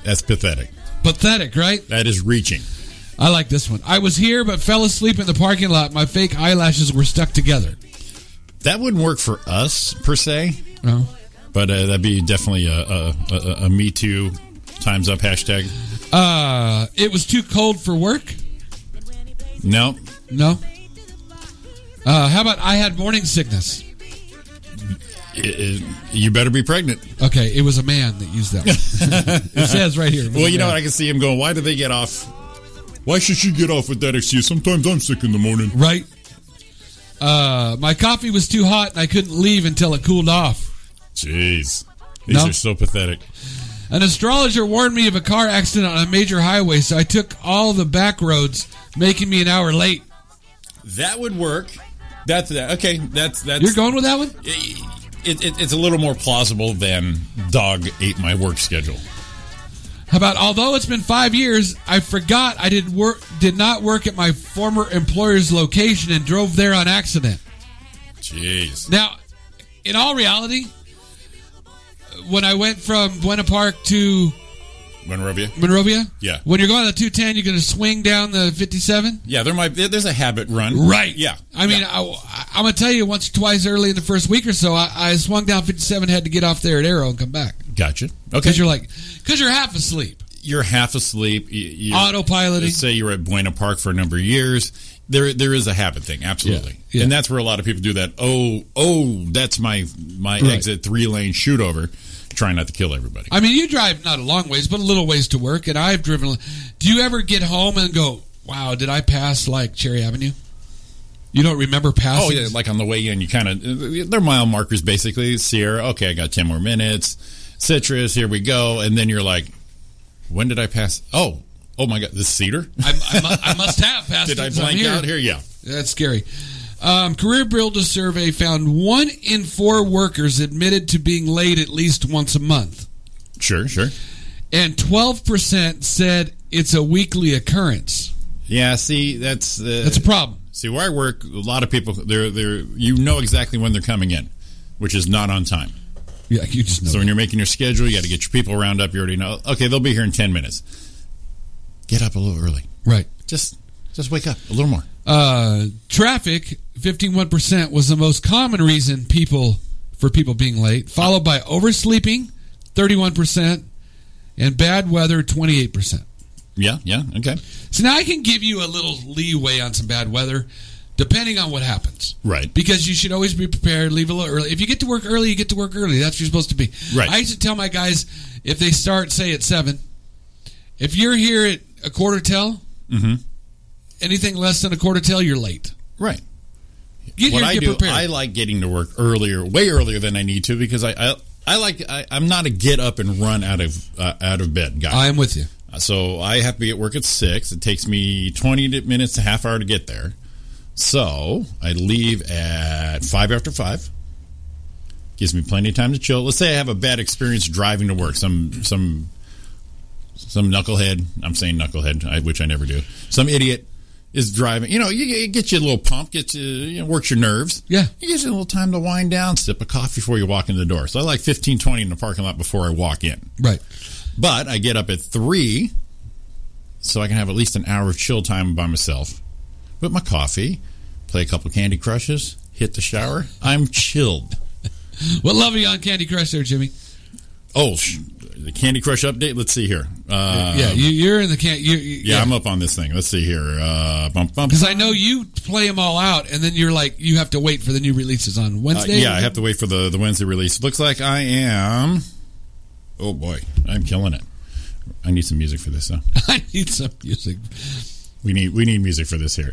[SPEAKER 8] That's pathetic.
[SPEAKER 7] Pathetic, right?
[SPEAKER 8] That is reaching.
[SPEAKER 7] I like this one. I was here but fell asleep in the parking lot. My fake eyelashes were stuck together.
[SPEAKER 8] That wouldn't work for us per se,
[SPEAKER 7] No.
[SPEAKER 8] but uh, that'd be definitely a a, a a Me Too times up hashtag.
[SPEAKER 7] Uh, it was too cold for work.
[SPEAKER 8] No,
[SPEAKER 7] No. Uh, how about I had morning sickness?
[SPEAKER 8] It- it- you better be pregnant.
[SPEAKER 7] Okay, it was a man that used that. One. it says right here.
[SPEAKER 8] Well, you know, I can see him going, why do they get off? Why should she get off with that excuse? Sometimes I'm sick in the morning.
[SPEAKER 7] right? Uh, my coffee was too hot and I couldn't leave until it cooled off.
[SPEAKER 8] Jeez. These
[SPEAKER 7] No.
[SPEAKER 8] are so pathetic.
[SPEAKER 7] An astrologer warned me of a car accident on a major highway, so I took all the back roads, making me an hour late.
[SPEAKER 8] That would work. That's that. Okay, that's that's.
[SPEAKER 7] You're going with that one?
[SPEAKER 8] It, it, it's a little more plausible than dog ate my work schedule.
[SPEAKER 7] How about although it's been five years, I forgot I did work did not work at my former employer's location and drove there on accident.
[SPEAKER 8] Jeez.
[SPEAKER 7] Now, in all reality, when I went from Buena Park to
[SPEAKER 8] Monrovia.
[SPEAKER 7] Monrovia,
[SPEAKER 8] Yeah.
[SPEAKER 7] when you're going on the 210, you're going to swing down the 57.
[SPEAKER 8] Yeah, there might there's a habit run.
[SPEAKER 7] Right.
[SPEAKER 8] Yeah.
[SPEAKER 7] I mean,
[SPEAKER 8] Yeah.
[SPEAKER 7] I, am gonna tell you once or twice early in the first week or so, I, I swung down 57, had to get off there at Arrow and come back
[SPEAKER 8] gotcha. Okay.
[SPEAKER 7] because you're like, because you're half asleep.
[SPEAKER 8] you're half asleep. You, you,
[SPEAKER 7] Autopiloting.
[SPEAKER 8] let's Say you're at Buena Park for a number of years. There, there is a habit thing, absolutely,
[SPEAKER 7] Yeah, yeah.
[SPEAKER 8] and that's where a lot of people do that. Oh, oh, that's my my
[SPEAKER 7] Right.
[SPEAKER 8] exit three lane shoot over. Trying not to kill everybody.
[SPEAKER 7] I mean, you drive not a long ways, but a little ways to work, and I've driven. Do you ever get home and go, "Wow, did I pass like Cherry Avenue?" You don't remember passing?
[SPEAKER 8] Oh yeah, like on the way in, you kind of they're mile markers basically. Sierra, okay, I got ten more minutes. Citrus, here we go, and then you're like, when did I pass? Oh, oh my God, this cedar.
[SPEAKER 7] I, I, mu- I must have passed.
[SPEAKER 8] did
[SPEAKER 7] it
[SPEAKER 8] I
[SPEAKER 7] 'cause I'm
[SPEAKER 8] blank
[SPEAKER 7] here.
[SPEAKER 8] out here? Yeah.
[SPEAKER 7] That's scary. Um, Career Builder survey found one in four workers admitted to being late at least once a month.
[SPEAKER 8] Sure, sure.
[SPEAKER 7] and 12% said it's a weekly occurrence.
[SPEAKER 8] Yeah, see, that's uh,
[SPEAKER 7] That's a problem.
[SPEAKER 8] See where I work, a lot of people they're they're you know exactly when they're coming in, which is not on time.
[SPEAKER 7] Yeah, you just know.
[SPEAKER 8] So when you're making your schedule, you got to get your people round up. You already know. Okay, they'll be here in ten minutes. Get up a little early.
[SPEAKER 7] Right.
[SPEAKER 8] Just just wake up a little more.
[SPEAKER 7] Uh, traffic, 51% was the most common reason people for people being late, followed by oversleeping, 31%, and bad weather, 28%.
[SPEAKER 8] Yeah, yeah, okay,
[SPEAKER 7] So now I can give you a little leeway on some bad weather depending on what happens.
[SPEAKER 8] right.
[SPEAKER 7] Because you should always be prepared. Leave a little early. If you get to work early, you get to work early. That's what you're supposed to be.
[SPEAKER 8] Right.
[SPEAKER 7] I used to tell my guys if they start, say at seven, if you're here at a quarter till,
[SPEAKER 8] Mm-hmm.
[SPEAKER 7] anything less than a quarter till, you're late.
[SPEAKER 8] right.
[SPEAKER 7] Get
[SPEAKER 8] What
[SPEAKER 7] here,
[SPEAKER 8] I
[SPEAKER 7] get
[SPEAKER 8] do,
[SPEAKER 7] prepared.
[SPEAKER 8] I like getting to work earlier, way earlier than I need to, because I I, I like I, I'm not a get up and run out of uh, out of bed guy.
[SPEAKER 7] I'm with you.
[SPEAKER 8] Uh, So I have to be at work at six. It takes me twenty to- minutes, a half hour to get there. So I leave at five after five. Gives me plenty of time to chill. Let's say I have a bad experience driving to work. Some some some knucklehead. I'm saying knucklehead, I, which I never do. Some idiot is driving. You know, you, it gets you a little pump. Gets you, you know, works your nerves.
[SPEAKER 7] Yeah.
[SPEAKER 8] it gives you a little time to wind down, sip a coffee before you walk in the door. So I like 15, 20 in the parking lot before I walk in.
[SPEAKER 7] Right.
[SPEAKER 8] But I get up at three, so I can have at least an hour of chill time by myself. With my coffee, play a couple Candy Crushes, hit the shower. I'm chilled.
[SPEAKER 7] What level are you on Candy Crush there, Jimmy?
[SPEAKER 8] Oh, sh- the Candy Crush update. Let's see here. Uh,
[SPEAKER 7] yeah, you, you're in the can. You,
[SPEAKER 8] yeah, I'm up on this thing. Let's see here. Uh, bump, bump.
[SPEAKER 7] Because I know you play them all out, and then you're like, you have to wait for the new releases on
[SPEAKER 8] Uh,
[SPEAKER 7] Wednesday.
[SPEAKER 8] yeah, I have to wait for the, the Wednesday release. Looks like I am. Oh boy, I'm killing it. I need some music for this though.
[SPEAKER 7] I need some music.
[SPEAKER 8] We need we need music for this here.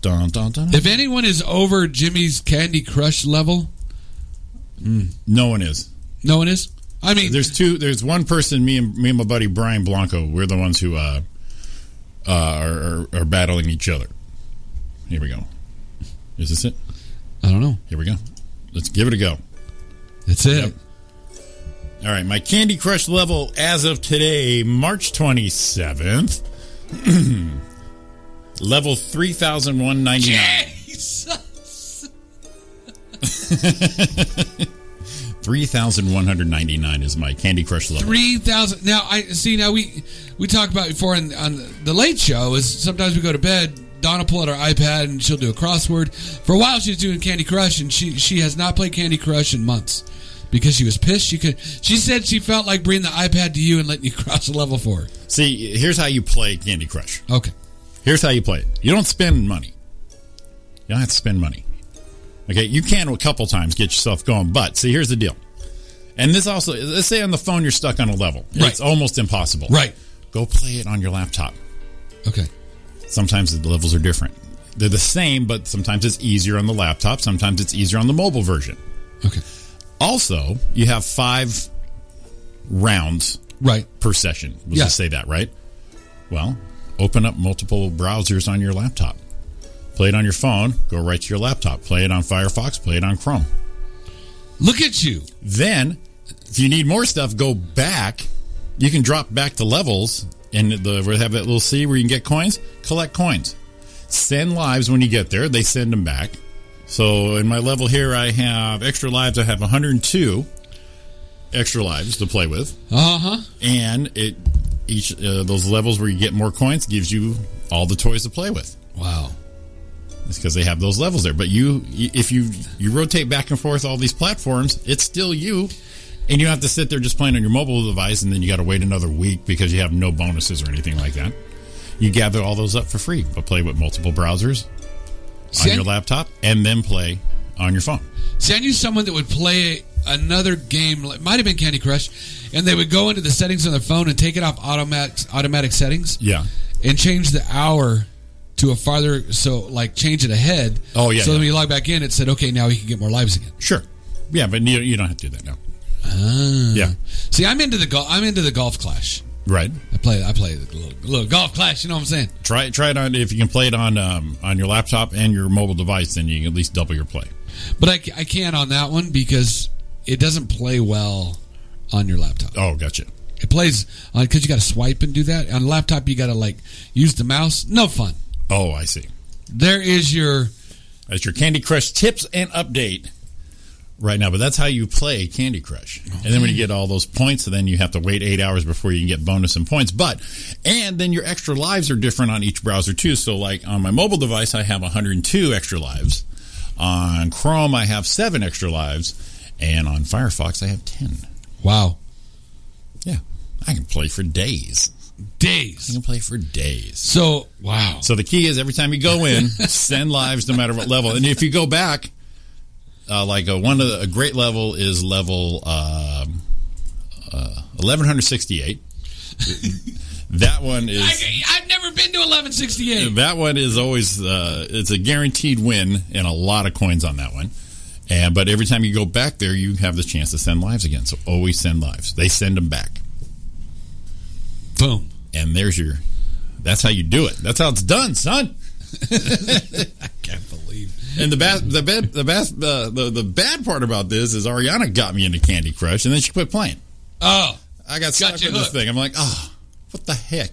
[SPEAKER 8] Dun, dun, dun.
[SPEAKER 7] If anyone is over Jimmy's Candy Crush level,
[SPEAKER 8] No one is.
[SPEAKER 7] no one is. I mean,
[SPEAKER 8] There's two. There's one person. Me and me and my buddy Brian Blanco. We're the ones who uh, uh, are, are are battling each other. Here we go. Is this it?
[SPEAKER 7] I don't know.
[SPEAKER 8] Here we go. Let's give it a go.
[SPEAKER 7] That's it.
[SPEAKER 8] Yep. All right, my Candy Crush level as of today, March 27th, level 3199.
[SPEAKER 7] Jesus.
[SPEAKER 8] 3199 is my Candy Crush level.
[SPEAKER 7] Three thousand. Now I see. Now we we talked about before on, on the late show is sometimes we go to bed. Donna will pull out her iPad and she'll do a crossword. For a while, she was doing Candy Crush, and she she has not played Candy Crush in months because she was pissed. She could. She said she felt like bringing the iPad to you and letting you cross the level for her.
[SPEAKER 8] See, here's how you play Candy Crush.
[SPEAKER 7] Okay.
[SPEAKER 8] Here's how you play it. You don't spend money. You don't have to spend money. Okay, you can a couple times get yourself going, but see, here's the deal. And this also, let's say on the phone you're stuck on a level.
[SPEAKER 7] Right.
[SPEAKER 8] It's almost impossible.
[SPEAKER 7] Right.
[SPEAKER 8] Go play it on your laptop.
[SPEAKER 7] Okay.
[SPEAKER 8] Sometimes the levels are different. They're the same, but sometimes it's easier on the laptop. Sometimes it's easier on the mobile version.
[SPEAKER 7] Okay.
[SPEAKER 8] Also, you have five rounds
[SPEAKER 7] Right.
[SPEAKER 8] per session. Let's
[SPEAKER 7] Yeah.
[SPEAKER 8] just say that, right? Well, open up multiple browsers on your laptop. Play it on your phone, go right to your laptop. Play it on Firefox, play it on Chrome.
[SPEAKER 7] Look at you.
[SPEAKER 8] Then, if you need more stuff, go back. You can drop back to levels and the we have that little C where you can get coins. Collect coins. Send lives when you get there. They send them back. So in my level here, I have extra lives. I have 102 extra lives to play with,
[SPEAKER 7] Uh huh.
[SPEAKER 8] and it each uh, those levels where you get more coins gives you all the toys to play with.
[SPEAKER 7] Wow.
[SPEAKER 8] It's because they have those levels there. But you, if you you rotate back and forth all these platforms, it's still you, and you have to sit there just playing on your mobile device, and then you got to wait another week because you have no bonuses or anything like that. You gather all those up for free, but play with multiple browsers
[SPEAKER 7] See,
[SPEAKER 8] on your
[SPEAKER 7] I-
[SPEAKER 8] laptop, and then play on your phone.
[SPEAKER 7] See, I knew someone that would play another game. like- Might have been Candy Crush, and they would go into the settings on their phone and take it off automatic automatic settings
[SPEAKER 8] Yeah,
[SPEAKER 7] and change the hour to a farther. So, like, change it ahead.
[SPEAKER 8] Oh, yeah,
[SPEAKER 7] So
[SPEAKER 8] yeah.
[SPEAKER 7] then when you log back in, it said, "Okay, now you can get more lives again."
[SPEAKER 8] sure, yeah, but you, you don't have to do that now. Yeah,
[SPEAKER 7] See, I'm into the golf. I'm into the golf clash.
[SPEAKER 8] right.
[SPEAKER 7] I play. I play the little, little golf clash. You know what I'm saying?
[SPEAKER 8] Try it. Try it on if you can play it on um, on your laptop and your mobile device, then you can at least double your play.
[SPEAKER 7] But I, ca- I can't on that one because it doesn't play well on your laptop.
[SPEAKER 8] Oh, gotcha.
[SPEAKER 7] It plays on because you got to swipe and do that on laptop. You got to like use the mouse. No fun.
[SPEAKER 8] Oh, I see.
[SPEAKER 7] There is your
[SPEAKER 8] That's your Candy Crush tips and update right now. But that's how you play Candy Crush. And then when you get all those points, then you have to wait eight hours before you can get bonus and points. But and then your extra lives are different on each browser too. So like on my mobile device, I have 102 extra lives. On Chrome, I have seven extra lives, and on Firefox, I have ten.
[SPEAKER 7] wow
[SPEAKER 8] Yeah, I can play for days. I
[SPEAKER 7] days.
[SPEAKER 8] can play for days.
[SPEAKER 7] So wow.
[SPEAKER 8] So the key is every time you go in, send lives no matter what level. And if you go back, uh, like a, one of the, a great level is level um, uh, 1168. that one is
[SPEAKER 7] I, have never been to 1168.
[SPEAKER 8] that one is always uh, it's a guaranteed win and a lot of coins on that one. And but every time you go back there, you have the chance to send lives again. So always send lives. They send them back,
[SPEAKER 7] Boom.
[SPEAKER 8] and there's your. That's how you do it. That's how it's done, son.
[SPEAKER 7] Can't believe.
[SPEAKER 8] And the bad, the bad, the bad, uh, the the bad part about this is Ariana got me into Candy Crush, and then she quit playing.
[SPEAKER 7] Oh,
[SPEAKER 8] I got stuck
[SPEAKER 7] Got you
[SPEAKER 8] with this
[SPEAKER 7] hooked.
[SPEAKER 8] thing. I'm like, oh, what the heck?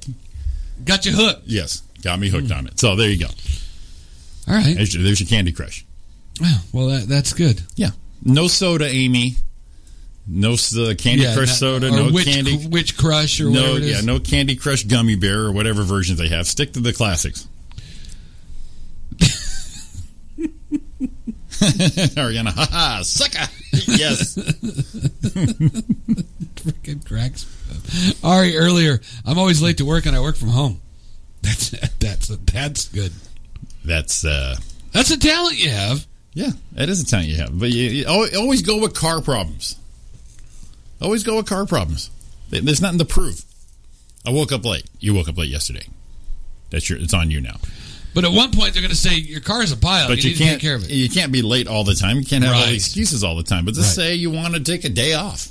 [SPEAKER 7] got you hooked.
[SPEAKER 8] Yes, got me hooked on it. So there you go.
[SPEAKER 7] All right.
[SPEAKER 8] There's your, there's your Candy Crush.
[SPEAKER 7] Wow. Well, that, that's good.
[SPEAKER 8] Yeah, no soda, Amy. No s- uh, Candy
[SPEAKER 7] Yeah,
[SPEAKER 8] Crush
[SPEAKER 7] that-
[SPEAKER 8] soda,
[SPEAKER 7] or
[SPEAKER 8] no
[SPEAKER 7] Witch,
[SPEAKER 8] candy.
[SPEAKER 7] Witch Crush or
[SPEAKER 8] no,
[SPEAKER 7] whatever it is.
[SPEAKER 8] yeah, no Candy Crush gummy bear or whatever versions they have. Stick to the classics. Ariana, haha, sucker. Yes.
[SPEAKER 7] freaking cracks. me up. Ari, earlier, I'm always late to work and I work from home. That's that's that's good.
[SPEAKER 8] That's, uh,
[SPEAKER 7] That's a talent you have.
[SPEAKER 8] yeah, that is a talent you have. But you, you al- always go with car problems. Always go with car problems. There- There's nothing to prove. I woke up late. You woke up late yesterday. That's your, it's on you now.
[SPEAKER 7] But at one point, they're going to say your car's a pile.
[SPEAKER 8] But you,
[SPEAKER 7] Oh, need
[SPEAKER 8] can't
[SPEAKER 7] to take care of it.
[SPEAKER 8] You can't be late all the time. You can't have all
[SPEAKER 7] Right.
[SPEAKER 8] the excuses all the time. But just
[SPEAKER 7] Right.
[SPEAKER 8] say you want to take a day off.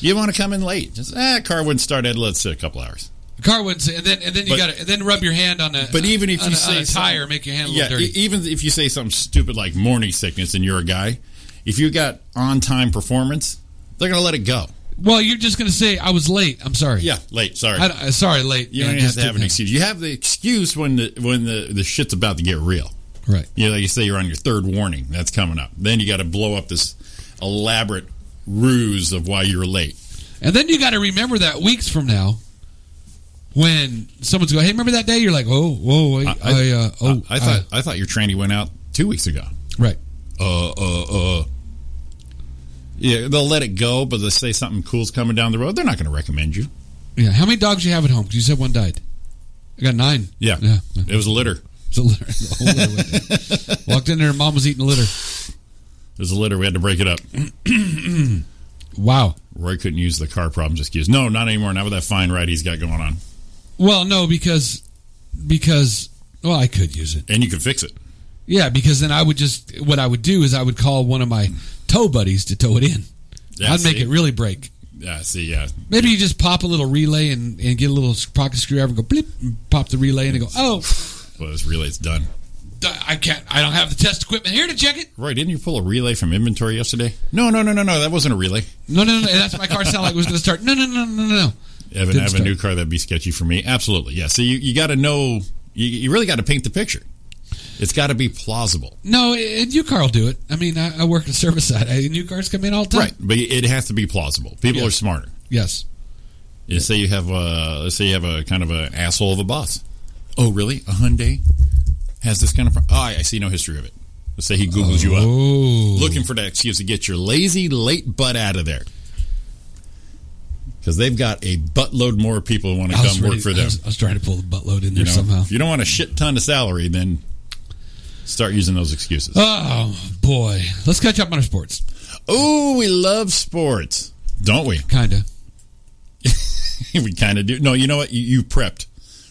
[SPEAKER 8] You want to come in late. Just ah, car wouldn't start at let's say a couple hours.
[SPEAKER 7] The car wouldn't say, and then and then you
[SPEAKER 8] But-
[SPEAKER 7] got to then rub your hand on a.
[SPEAKER 8] But even if
[SPEAKER 7] on
[SPEAKER 8] you
[SPEAKER 7] a- on
[SPEAKER 8] say
[SPEAKER 7] a tire,
[SPEAKER 8] something-
[SPEAKER 7] make your hand a
[SPEAKER 8] yeah,
[SPEAKER 7] little dirty.
[SPEAKER 8] e- even if you say something stupid like morning sickness and you're a guy, if you got on time performance, they're gonna let it go.
[SPEAKER 7] well, you're just going to say I was late. I'm sorry.
[SPEAKER 8] Yeah, late. Sorry,
[SPEAKER 7] I don't- uh, sorry, late.
[SPEAKER 8] you
[SPEAKER 7] Yeah,
[SPEAKER 8] don't
[SPEAKER 7] I
[SPEAKER 8] have
[SPEAKER 7] just
[SPEAKER 8] to have an
[SPEAKER 7] didn't-
[SPEAKER 8] excuse. You have the excuse when the when the the shit's about to get real.
[SPEAKER 7] Right.
[SPEAKER 8] You know, like you say, you're on your third warning. That's coming up. Then you got to blow up this elaborate ruse of why you're late.
[SPEAKER 7] And then you got to remember that weeks from now, when someone's going, "Hey, remember that day?" You're like, "Oh, whoa, I, I, uh, oh,
[SPEAKER 8] I, I thought I thought your tranny went out two weeks ago.
[SPEAKER 7] right."
[SPEAKER 8] Uh, uh, uh. Yeah, they'll let it go, but they say something cool's coming down the road. They're not going to recommend you.
[SPEAKER 7] Yeah. How many dogs do you have at home? 'Cause you said one died. I got nine.
[SPEAKER 8] Yeah,
[SPEAKER 7] Yeah.
[SPEAKER 8] it was a litter.
[SPEAKER 7] It's a litter. The whole litter went down. Walked in there, and mom was eating litter.
[SPEAKER 8] It was a litter. We had to break it up.
[SPEAKER 7] Wow.
[SPEAKER 8] Roy couldn't use the car problems excuse. No, not anymore. Not with that fine ride he's got going on.
[SPEAKER 7] Well, no, because because well, I could use it.
[SPEAKER 8] And you can fix it.
[SPEAKER 7] Yeah, because then I would just what I would do is I would call one of my tow buddies to tow it in.
[SPEAKER 8] Yeah,
[SPEAKER 7] I'd make
[SPEAKER 8] see?
[SPEAKER 7] it really break.
[SPEAKER 8] Yeah, see, yeah,
[SPEAKER 7] Maybe you just pop a little relay and, and get a little pocket screwdriver and go blip, and pop the relay and it go, oh,
[SPEAKER 8] well, this relay's done.
[SPEAKER 7] d- I can't, I don't have the test equipment here to check it.
[SPEAKER 8] Roy, didn't you pull a relay from inventory yesterday? No, no, no, no, no. That wasn't a relay.
[SPEAKER 7] No, no, no, no, that's my car sound like it was going to start. No, no, no, no, no, no.
[SPEAKER 8] Evan,
[SPEAKER 7] Didn't
[SPEAKER 8] I have a
[SPEAKER 7] start.
[SPEAKER 8] new car that'd be sketchy for me. Absolutely, yeah. So you, you got to know. You, you really got to paint the picture. It's got to be plausible,
[SPEAKER 7] No, a new car will do it. I mean, I, I work at service side. I, new cars come in all the time.
[SPEAKER 8] right? But it has to be plausible. People
[SPEAKER 7] Yeah.
[SPEAKER 8] are smarter.
[SPEAKER 7] Yes.
[SPEAKER 8] You say you have a let's say you have a kind of an asshole of a boss. Oh, really? A Hyundai has this kind of. Pro- oh, I, I see no history of it. Let's say he googles you uh, up,
[SPEAKER 7] Oh.
[SPEAKER 8] looking for that excuse to get your lazy late butt out of there. Because they've got a buttload more people who want to
[SPEAKER 7] I was
[SPEAKER 8] come work
[SPEAKER 7] ready-
[SPEAKER 8] for
[SPEAKER 7] I
[SPEAKER 8] them.
[SPEAKER 7] was, I was trying to pull the buttload in there
[SPEAKER 8] You know,
[SPEAKER 7] somehow.
[SPEAKER 8] if you don't want a shit ton of salary, then start using those excuses.
[SPEAKER 7] Oh, boy. Let's catch up on our sports.
[SPEAKER 8] oh, we love sports, don't we?
[SPEAKER 7] Kind of.
[SPEAKER 8] we kind of do. No, you know what? You, you prepped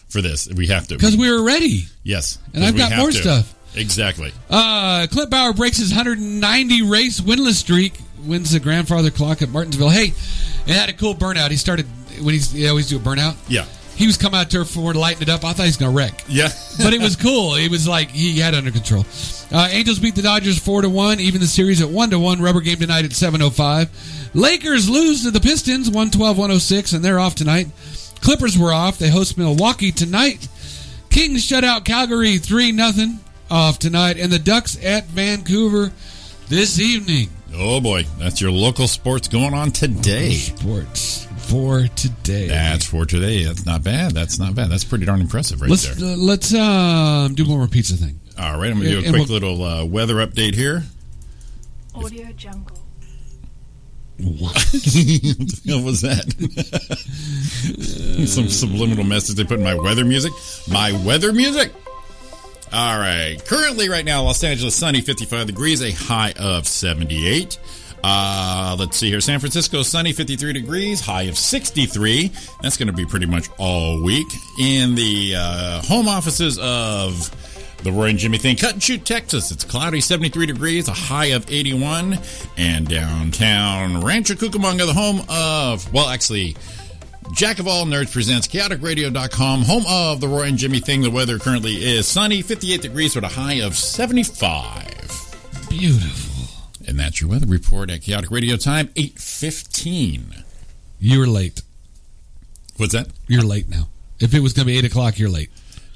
[SPEAKER 8] for this. We have to.
[SPEAKER 7] Because we were ready.
[SPEAKER 8] yes,
[SPEAKER 7] and
[SPEAKER 8] 'cause
[SPEAKER 7] I've
[SPEAKER 8] we
[SPEAKER 7] got
[SPEAKER 8] have
[SPEAKER 7] more stuff.
[SPEAKER 8] Exactly.
[SPEAKER 7] Uh, Clint Bauer breaks his 190 race winless streak, wins the grandfather clock at Martinsville. Hey, it had a cool burnout. He started when he's they always do a burnout.
[SPEAKER 8] Yeah.
[SPEAKER 7] He was coming out there for lighting it up. I thought he was gonna wreck,
[SPEAKER 8] Yeah.
[SPEAKER 7] but it was cool. It was like he had it under control. Uh, Angels beat the Dodgers four to one, even the series at one to one. Rubber game tonight at seven oh five. Lakers lose to the Pistons 112-106, and they're off tonight. Clippers were off. They host Milwaukee tonight. Kings shut out Calgary 3 0 off tonight, and the Ducks at Vancouver this evening.
[SPEAKER 8] oh boy, that's your local sports going on today.
[SPEAKER 7] Sports for today.
[SPEAKER 8] That's for today. That's not bad. That's not bad. That's pretty darn impressive right
[SPEAKER 7] let's
[SPEAKER 8] there.
[SPEAKER 7] uh, let's um, do one more pizza thing.
[SPEAKER 8] All right, I'm going to do a
[SPEAKER 7] and
[SPEAKER 8] quick
[SPEAKER 7] we'll-
[SPEAKER 8] little uh, weather update here.
[SPEAKER 9] Audio Jungle.
[SPEAKER 8] what was that? Some subliminal message they put in my weather music. My weather music. All right. Currently, right now, Los Angeles sunny, 55 degrees, a high of 78. Uh, let's see here. San Francisco sunny, 53 degrees, high of 63. That's going to be pretty much all week. In the uh, home offices of the Roy and Jimmy thing, Cut and Shoot, Texas, it's cloudy, 73 degrees, a high of 81. And downtown Rancho Cucamonga, the home of, well, actually, Jack of All Nerds presents chaoticradio.com, home of the Roy and Jimmy thing. The weather currently is sunny, 58 degrees with a high of 75.
[SPEAKER 7] Beautiful.
[SPEAKER 8] And that's your weather report at Chaotic Radio time, 8.15.
[SPEAKER 7] You're late.
[SPEAKER 8] What's that?
[SPEAKER 7] You're late now. If it was going to be 8 o'clock, you're late.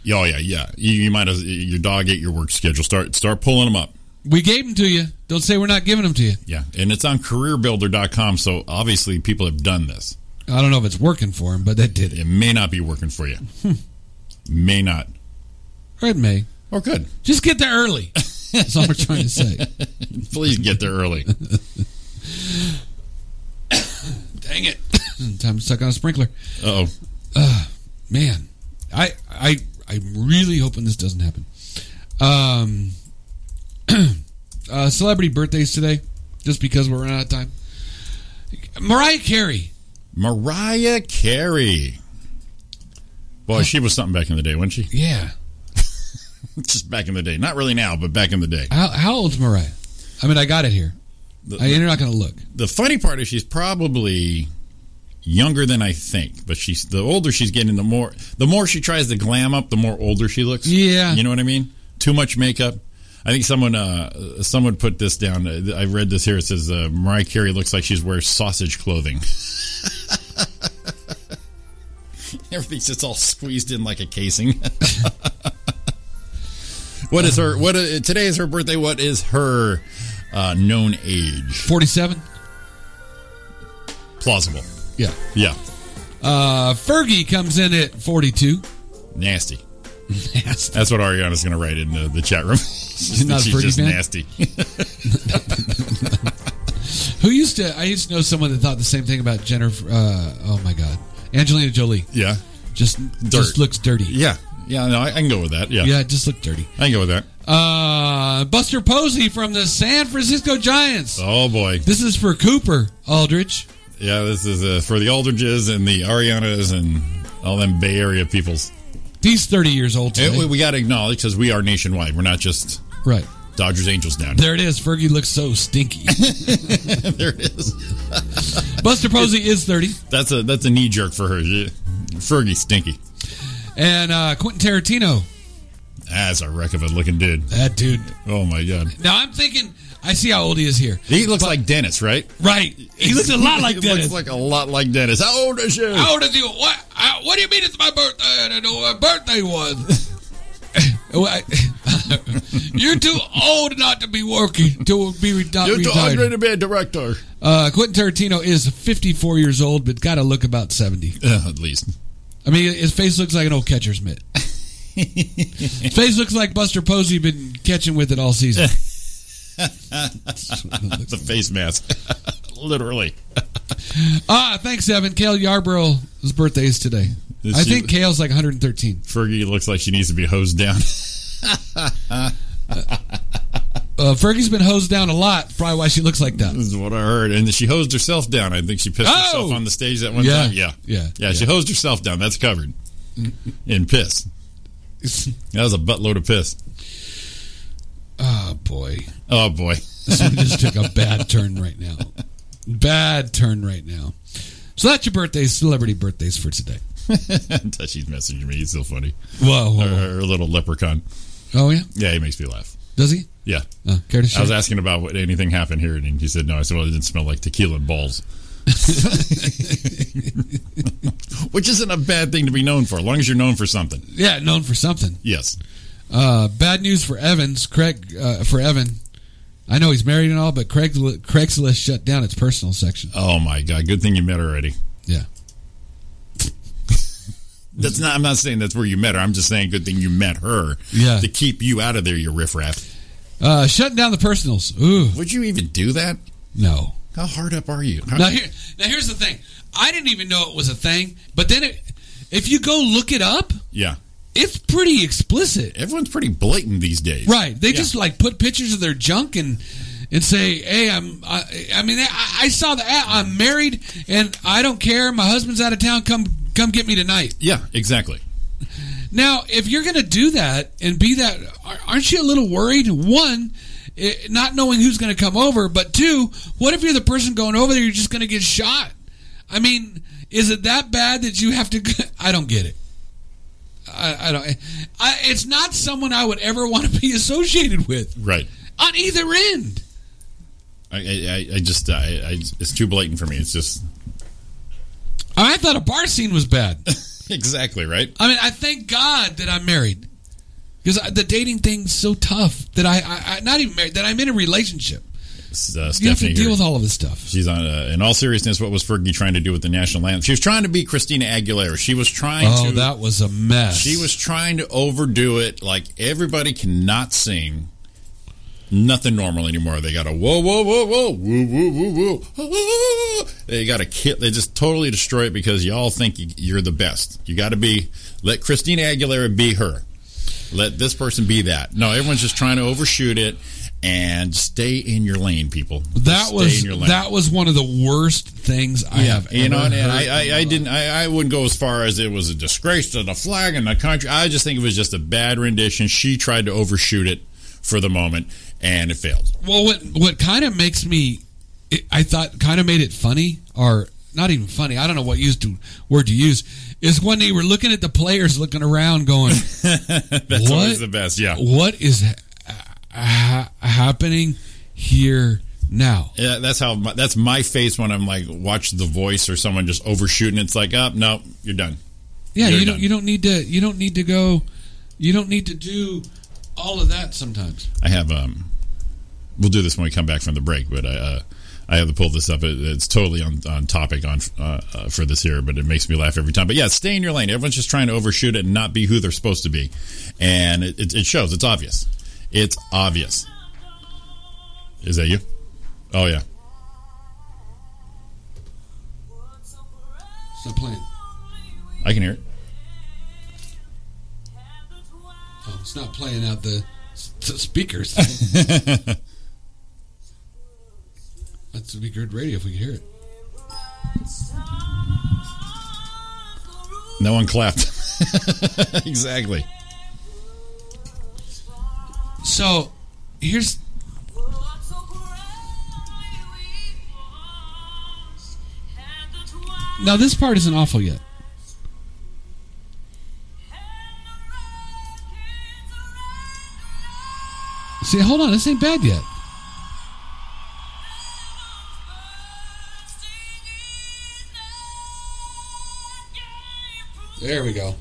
[SPEAKER 8] Yeah, Oh, yeah, yeah. You, you might as your dog ate your work schedule. Start start pulling them up.
[SPEAKER 7] We gave them to you. Don't say we're not giving them to you.
[SPEAKER 8] Yeah, and it's on careerbuilder.com. So obviously, people have done this.
[SPEAKER 7] I don't know if it's working for him, but that did it.
[SPEAKER 8] It may not be working for you. may not.
[SPEAKER 7] Or it may.
[SPEAKER 8] Or good.
[SPEAKER 7] Just get there early. That's all we're trying to say.
[SPEAKER 8] Please get there early.
[SPEAKER 7] Dang it. Time to suck on a sprinkler.
[SPEAKER 8] Oh,
[SPEAKER 7] Man, I I I'm really hoping this doesn't happen. Um uh celebrity birthdays today, just because we're running out of time. Mariah Carey.
[SPEAKER 8] Mariah Carey. Boy, she was something back in the day, wasn't she?
[SPEAKER 7] Yeah.
[SPEAKER 8] Just back in the day. Not really now, but back in the day.
[SPEAKER 7] How how old's Mariah? I mean I got it here.
[SPEAKER 8] The-
[SPEAKER 7] I, you're not gonna look.
[SPEAKER 8] the funny part is she's probably younger than I think, but she's the older she's getting, the more the more she tries to glam up, the more older she looks.
[SPEAKER 7] Yeah.
[SPEAKER 8] you know what I mean. Too much makeup. I think someone uh, someone put this down. Uh, I read this here. It says uh, Mariah Carey looks like she's wearing sausage clothing. Everything's just all squeezed in like a casing. what is her? What uh, today is her birthday? What is her uh, known age?
[SPEAKER 7] Forty seven?
[SPEAKER 8] Plausible.
[SPEAKER 7] Yeah.
[SPEAKER 8] Yeah,
[SPEAKER 7] Uh Fergie comes in at forty two.
[SPEAKER 8] nasty.
[SPEAKER 7] That's
[SPEAKER 8] That's what Ariana's going to write in the, the chat room. She's,
[SPEAKER 7] not a Fergie
[SPEAKER 8] just
[SPEAKER 7] fan?
[SPEAKER 8] nasty.
[SPEAKER 7] Who used to? I used to know someone that thought the same thing about Jennifer. Uh, oh my God, Angelina Jolie
[SPEAKER 8] yeah,
[SPEAKER 7] just just looks dirty.
[SPEAKER 8] yeah, yeah. No, I, I can go with that. Yeah.
[SPEAKER 7] Yeah, just looked dirty.
[SPEAKER 8] I can go with that.
[SPEAKER 7] Uh, Buster Posey from the San Francisco Giants.
[SPEAKER 8] Oh boy,
[SPEAKER 7] This is for Cooper Aldrich.
[SPEAKER 8] yeah. This is uh, for the Aldridges and the Arianas and all them Bay Area peoples.
[SPEAKER 7] He's thirty years old
[SPEAKER 8] And
[SPEAKER 7] today.
[SPEAKER 8] we we got to acknowledge because we are nationwide. We're not just
[SPEAKER 7] right
[SPEAKER 8] Dodgers Angels down.
[SPEAKER 7] there it is. Fergie looks so stinky.
[SPEAKER 8] there it is.
[SPEAKER 7] Buster Posey is thirty,
[SPEAKER 8] That's a that's a knee jerk for her. Yeah. Fergie Stinky.
[SPEAKER 7] and uh, Quentin Tarantino.
[SPEAKER 8] That's a wreck of a looking dude.
[SPEAKER 7] That dude.
[SPEAKER 8] Oh my god.
[SPEAKER 7] Now I'm thinking. I see how old he is here.
[SPEAKER 8] He looks like Dennis, right?
[SPEAKER 7] Right. He looks a lot like
[SPEAKER 8] he
[SPEAKER 7] Dennis.
[SPEAKER 8] Looks like a lot like Dennis. How old is you?
[SPEAKER 7] How old is you? What? I, what do you mean it's my birthday? I didn't know what my birthday was. Well, I- You're too old not to be working to be re- not
[SPEAKER 8] You're too
[SPEAKER 7] retired.
[SPEAKER 8] hungry to be a director.
[SPEAKER 7] Uh, Quentin Tarantino is 54 years old, but got to look about 70.
[SPEAKER 8] at least.
[SPEAKER 7] I mean, his face looks like an old catcher's mitt. his face looks like Buster Posey been catching with it all season.
[SPEAKER 8] It's a face mask. Literally.
[SPEAKER 7] ah, thanks, Evan. Kale Yarborough's birthday is today.
[SPEAKER 8] Is
[SPEAKER 7] I
[SPEAKER 8] she-
[SPEAKER 7] think Kale's like 113.
[SPEAKER 8] Fergie looks like she needs to be hosed down.
[SPEAKER 7] Uh, Fergie's been hosed down a lot, probably why she looks like that.
[SPEAKER 8] is what I heard. And she hosed herself down. I think she pissed
[SPEAKER 7] Oh!
[SPEAKER 8] herself on the stage that one
[SPEAKER 7] Yeah.
[SPEAKER 8] time. Yeah.
[SPEAKER 7] Yeah.
[SPEAKER 8] Yeah, she hosed herself down. That's covered. In piss. That was a buttload of piss.
[SPEAKER 7] Oh boy,
[SPEAKER 8] Oh boy.
[SPEAKER 7] this one just took a bad turn right now. Bad turn right now. So that's your birthdays, celebrity birthdays for today.
[SPEAKER 8] She's messaging me. He's so funny.
[SPEAKER 7] Whoa, whoa,
[SPEAKER 8] Her,
[SPEAKER 7] whoa.
[SPEAKER 8] her little leprechaun.
[SPEAKER 7] oh yeah,
[SPEAKER 8] Yeah, he makes me laugh.
[SPEAKER 7] does he?
[SPEAKER 8] Yeah.
[SPEAKER 7] Oh, care to
[SPEAKER 8] I was
[SPEAKER 7] share?
[SPEAKER 8] asking about what anything happened here, and he said no. I said, well, it didn't smell like tequila and balls, which isn't a bad thing to be known for, as long as you're known for something.
[SPEAKER 7] Yeah, known for something.
[SPEAKER 8] Yes,
[SPEAKER 7] Uh, bad news for Evans, Craig. Uh, for Evan, I know he's married and all, but Craig, Craigslist shut down its personal section.
[SPEAKER 8] Oh my god, good thing you met her already.
[SPEAKER 7] Yeah,
[SPEAKER 8] That's not. I'm not saying that's where you met her. I'm just saying good thing you met her.
[SPEAKER 7] Yeah.
[SPEAKER 8] To keep you out of there, you riffraff.
[SPEAKER 7] uh, shutting down the personals. Ooh,
[SPEAKER 8] Would you even do that?
[SPEAKER 7] no.
[SPEAKER 8] How hard up are you? How-
[SPEAKER 7] Now here, now here's the thing. I didn't even know it was a thing, but then it, if you go look it up,
[SPEAKER 8] yeah.
[SPEAKER 7] it's pretty explicit.
[SPEAKER 8] Everyone's pretty blatant these days.
[SPEAKER 7] Right. They
[SPEAKER 8] Yeah.
[SPEAKER 7] just like put pictures of their junk and and say, "Hey, I'm." I, I mean, I, I saw the ad. I'm married and I don't care. My husband's out of town. Come, come get me tonight.
[SPEAKER 8] Yeah. Exactly.
[SPEAKER 7] Now, if you're gonna do that and be that, ar- aren't you a little worried? One. It, not knowing who's going to come over, but two, what if you're the person going over there? You're just going to get shot. I mean, is it that bad that you have to? g- I don't get it. I, I don't. I, it's not someone I would ever want to be associated with
[SPEAKER 8] Right.
[SPEAKER 7] on either end.
[SPEAKER 8] I. I, I- I just. I, I. It's too blatant for me. It's just.
[SPEAKER 7] I thought a bar scene was bad.
[SPEAKER 8] Exactly. Right.
[SPEAKER 7] I mean, I thank God that I'm married because the dating thing's so tough that I, I, I not even married that I'm in a relationship.
[SPEAKER 8] It's, uh,
[SPEAKER 7] You have to
[SPEAKER 8] Stephanie
[SPEAKER 7] deal
[SPEAKER 8] here.
[SPEAKER 7] with all of this stuff.
[SPEAKER 8] She's on. Uh, in all seriousness, what was Fergie trying to do with the national anthem? She was trying to be Christina Aguilera. She was trying
[SPEAKER 7] Oh,
[SPEAKER 8] to.
[SPEAKER 7] that was a mess.
[SPEAKER 8] She was trying to overdo it. Like everybody cannot sing nothing normal anymore. They got a whoa, whoa, whoa, whoa, woo, woo, woo, woo. ah. They got to kill. They just totally destroy it because y'all think you- you're the best. You got to be. Let Christina Aguilera be her. Let this person be that. No, everyone's just trying to overshoot it and stay in your lane, people.
[SPEAKER 7] that
[SPEAKER 8] Stay
[SPEAKER 7] was
[SPEAKER 8] in your lane.
[SPEAKER 7] that was one of the worst things I have.
[SPEAKER 8] You know,
[SPEAKER 7] ever
[SPEAKER 8] and, and
[SPEAKER 7] heard
[SPEAKER 8] I, I, I didn't, I, I wouldn't go as far as it was a disgrace to the flag and the country. I just think it was just a bad rendition. She tried to overshoot it for the moment, and it failed.
[SPEAKER 7] Well, what what kind of makes me, it, I thought kind of made it funny, or not even funny. I don't know what used to word to use is when they were looking at the players, looking around, going,
[SPEAKER 8] That's
[SPEAKER 7] What?
[SPEAKER 8] always the best. Yeah.
[SPEAKER 7] "What is ha- ha- happening here now?"
[SPEAKER 8] Yeah, that's how. My, that's my face when I'm like watch The Voice or someone just overshooting. It's like, up, no, you're done.
[SPEAKER 7] Yeah,
[SPEAKER 8] You're
[SPEAKER 7] you don't
[SPEAKER 8] done.
[SPEAKER 7] you don't need to you don't need to go, you don't need to do all of that sometimes.
[SPEAKER 8] I have um, we'll do this when we come back from the break. But I uh, I have to pull this up. It, it's totally on, on topic on uh, uh, for this here, but it makes me laugh every time. But yeah, stay in your lane. Everyone's just trying to overshoot it and not be who they're supposed to be, and it, it, it shows. It's obvious. It's obvious. Is that you? Oh yeah.
[SPEAKER 7] It's not playing.
[SPEAKER 8] I can hear it.
[SPEAKER 7] Oh, it's not playing out the, s- s- speakers. That's would be good radio if we could hear it.
[SPEAKER 8] No one clapped. exactly.
[SPEAKER 7] So here's now this part isn't awful yet. See, hold on, this ain't bad yet. There we go.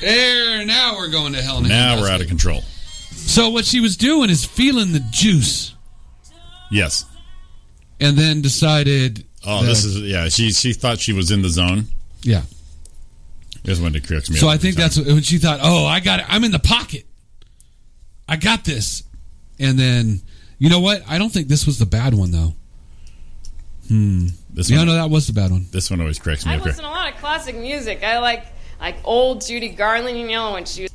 [SPEAKER 7] There, now we're going to hell. in a
[SPEAKER 8] Now we're
[SPEAKER 7] handbasket.
[SPEAKER 8] out of control.
[SPEAKER 7] So what she was doing is feeling the juice,
[SPEAKER 8] Yes.
[SPEAKER 7] and then decided.
[SPEAKER 8] Oh, this is yeah. She she thought she was in the zone.
[SPEAKER 7] yeah.
[SPEAKER 8] Is when it cracks me.
[SPEAKER 7] So
[SPEAKER 8] up
[SPEAKER 7] I
[SPEAKER 8] every
[SPEAKER 7] think
[SPEAKER 8] time.
[SPEAKER 7] that's what, when she thought. Oh, I got it. I'm in the pocket. I got this. And then you know what? I don't think this was the bad one though.
[SPEAKER 8] this
[SPEAKER 7] Yeah,
[SPEAKER 8] one.
[SPEAKER 7] no, that was the bad one.
[SPEAKER 8] This one always cracks me
[SPEAKER 10] I
[SPEAKER 8] up.
[SPEAKER 10] listen to a lot of classic music. I like like old Judy Garland, you know, when she was.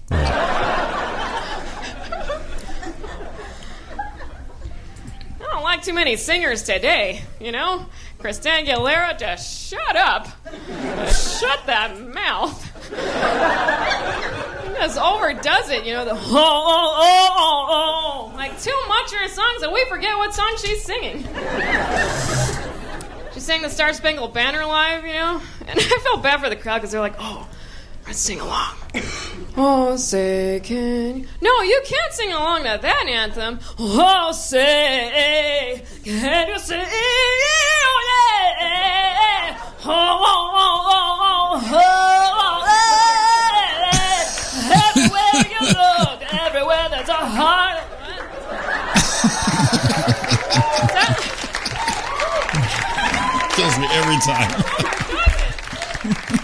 [SPEAKER 10] I don't like too many singers today, you know? Christina Aguilera, just shut up. Just shut that mouth. Just overdoes it, you know, the oh, oh, oh, oh, oh. Like too much of her songs, and we forget what song she's singing. She sang the Star Spangled Banner live, you know? And I felt bad for the crowd because they're like, oh, let's sing along. oh, say, can you? No, you can't sing along to that anthem. Oh, say, can you sing? Oh, oh, oh, oh, oh, oh, eh, eh. Everywhere you look, everywhere there's a heart.
[SPEAKER 8] kills me every time.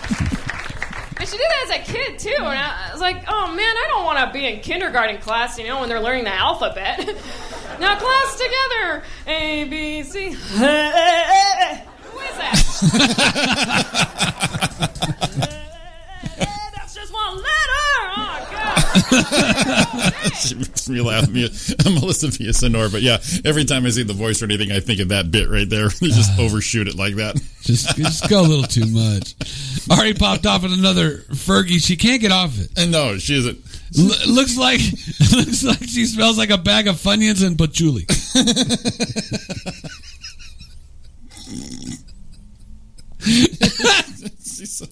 [SPEAKER 10] And she did that as a kid too, and I I was like, oh man, I don't want to be in kindergarten class, you know, when they're learning the alphabet. now class together, A B C. Who is that? That's just one letter. Oh god.
[SPEAKER 8] she makes me laugh. Me, Melissa Villasenor. But yeah, every time I see the voice or anything, I think of that bit right there.
[SPEAKER 7] Uh.
[SPEAKER 8] They just overshoot it like that.
[SPEAKER 7] Just just go a little too much. Already popped off at another Fergie. She can't get off it.
[SPEAKER 8] And no, she isn't.
[SPEAKER 7] L- looks like looks like she smells like a bag of Funyuns and patchouli.
[SPEAKER 8] She's so-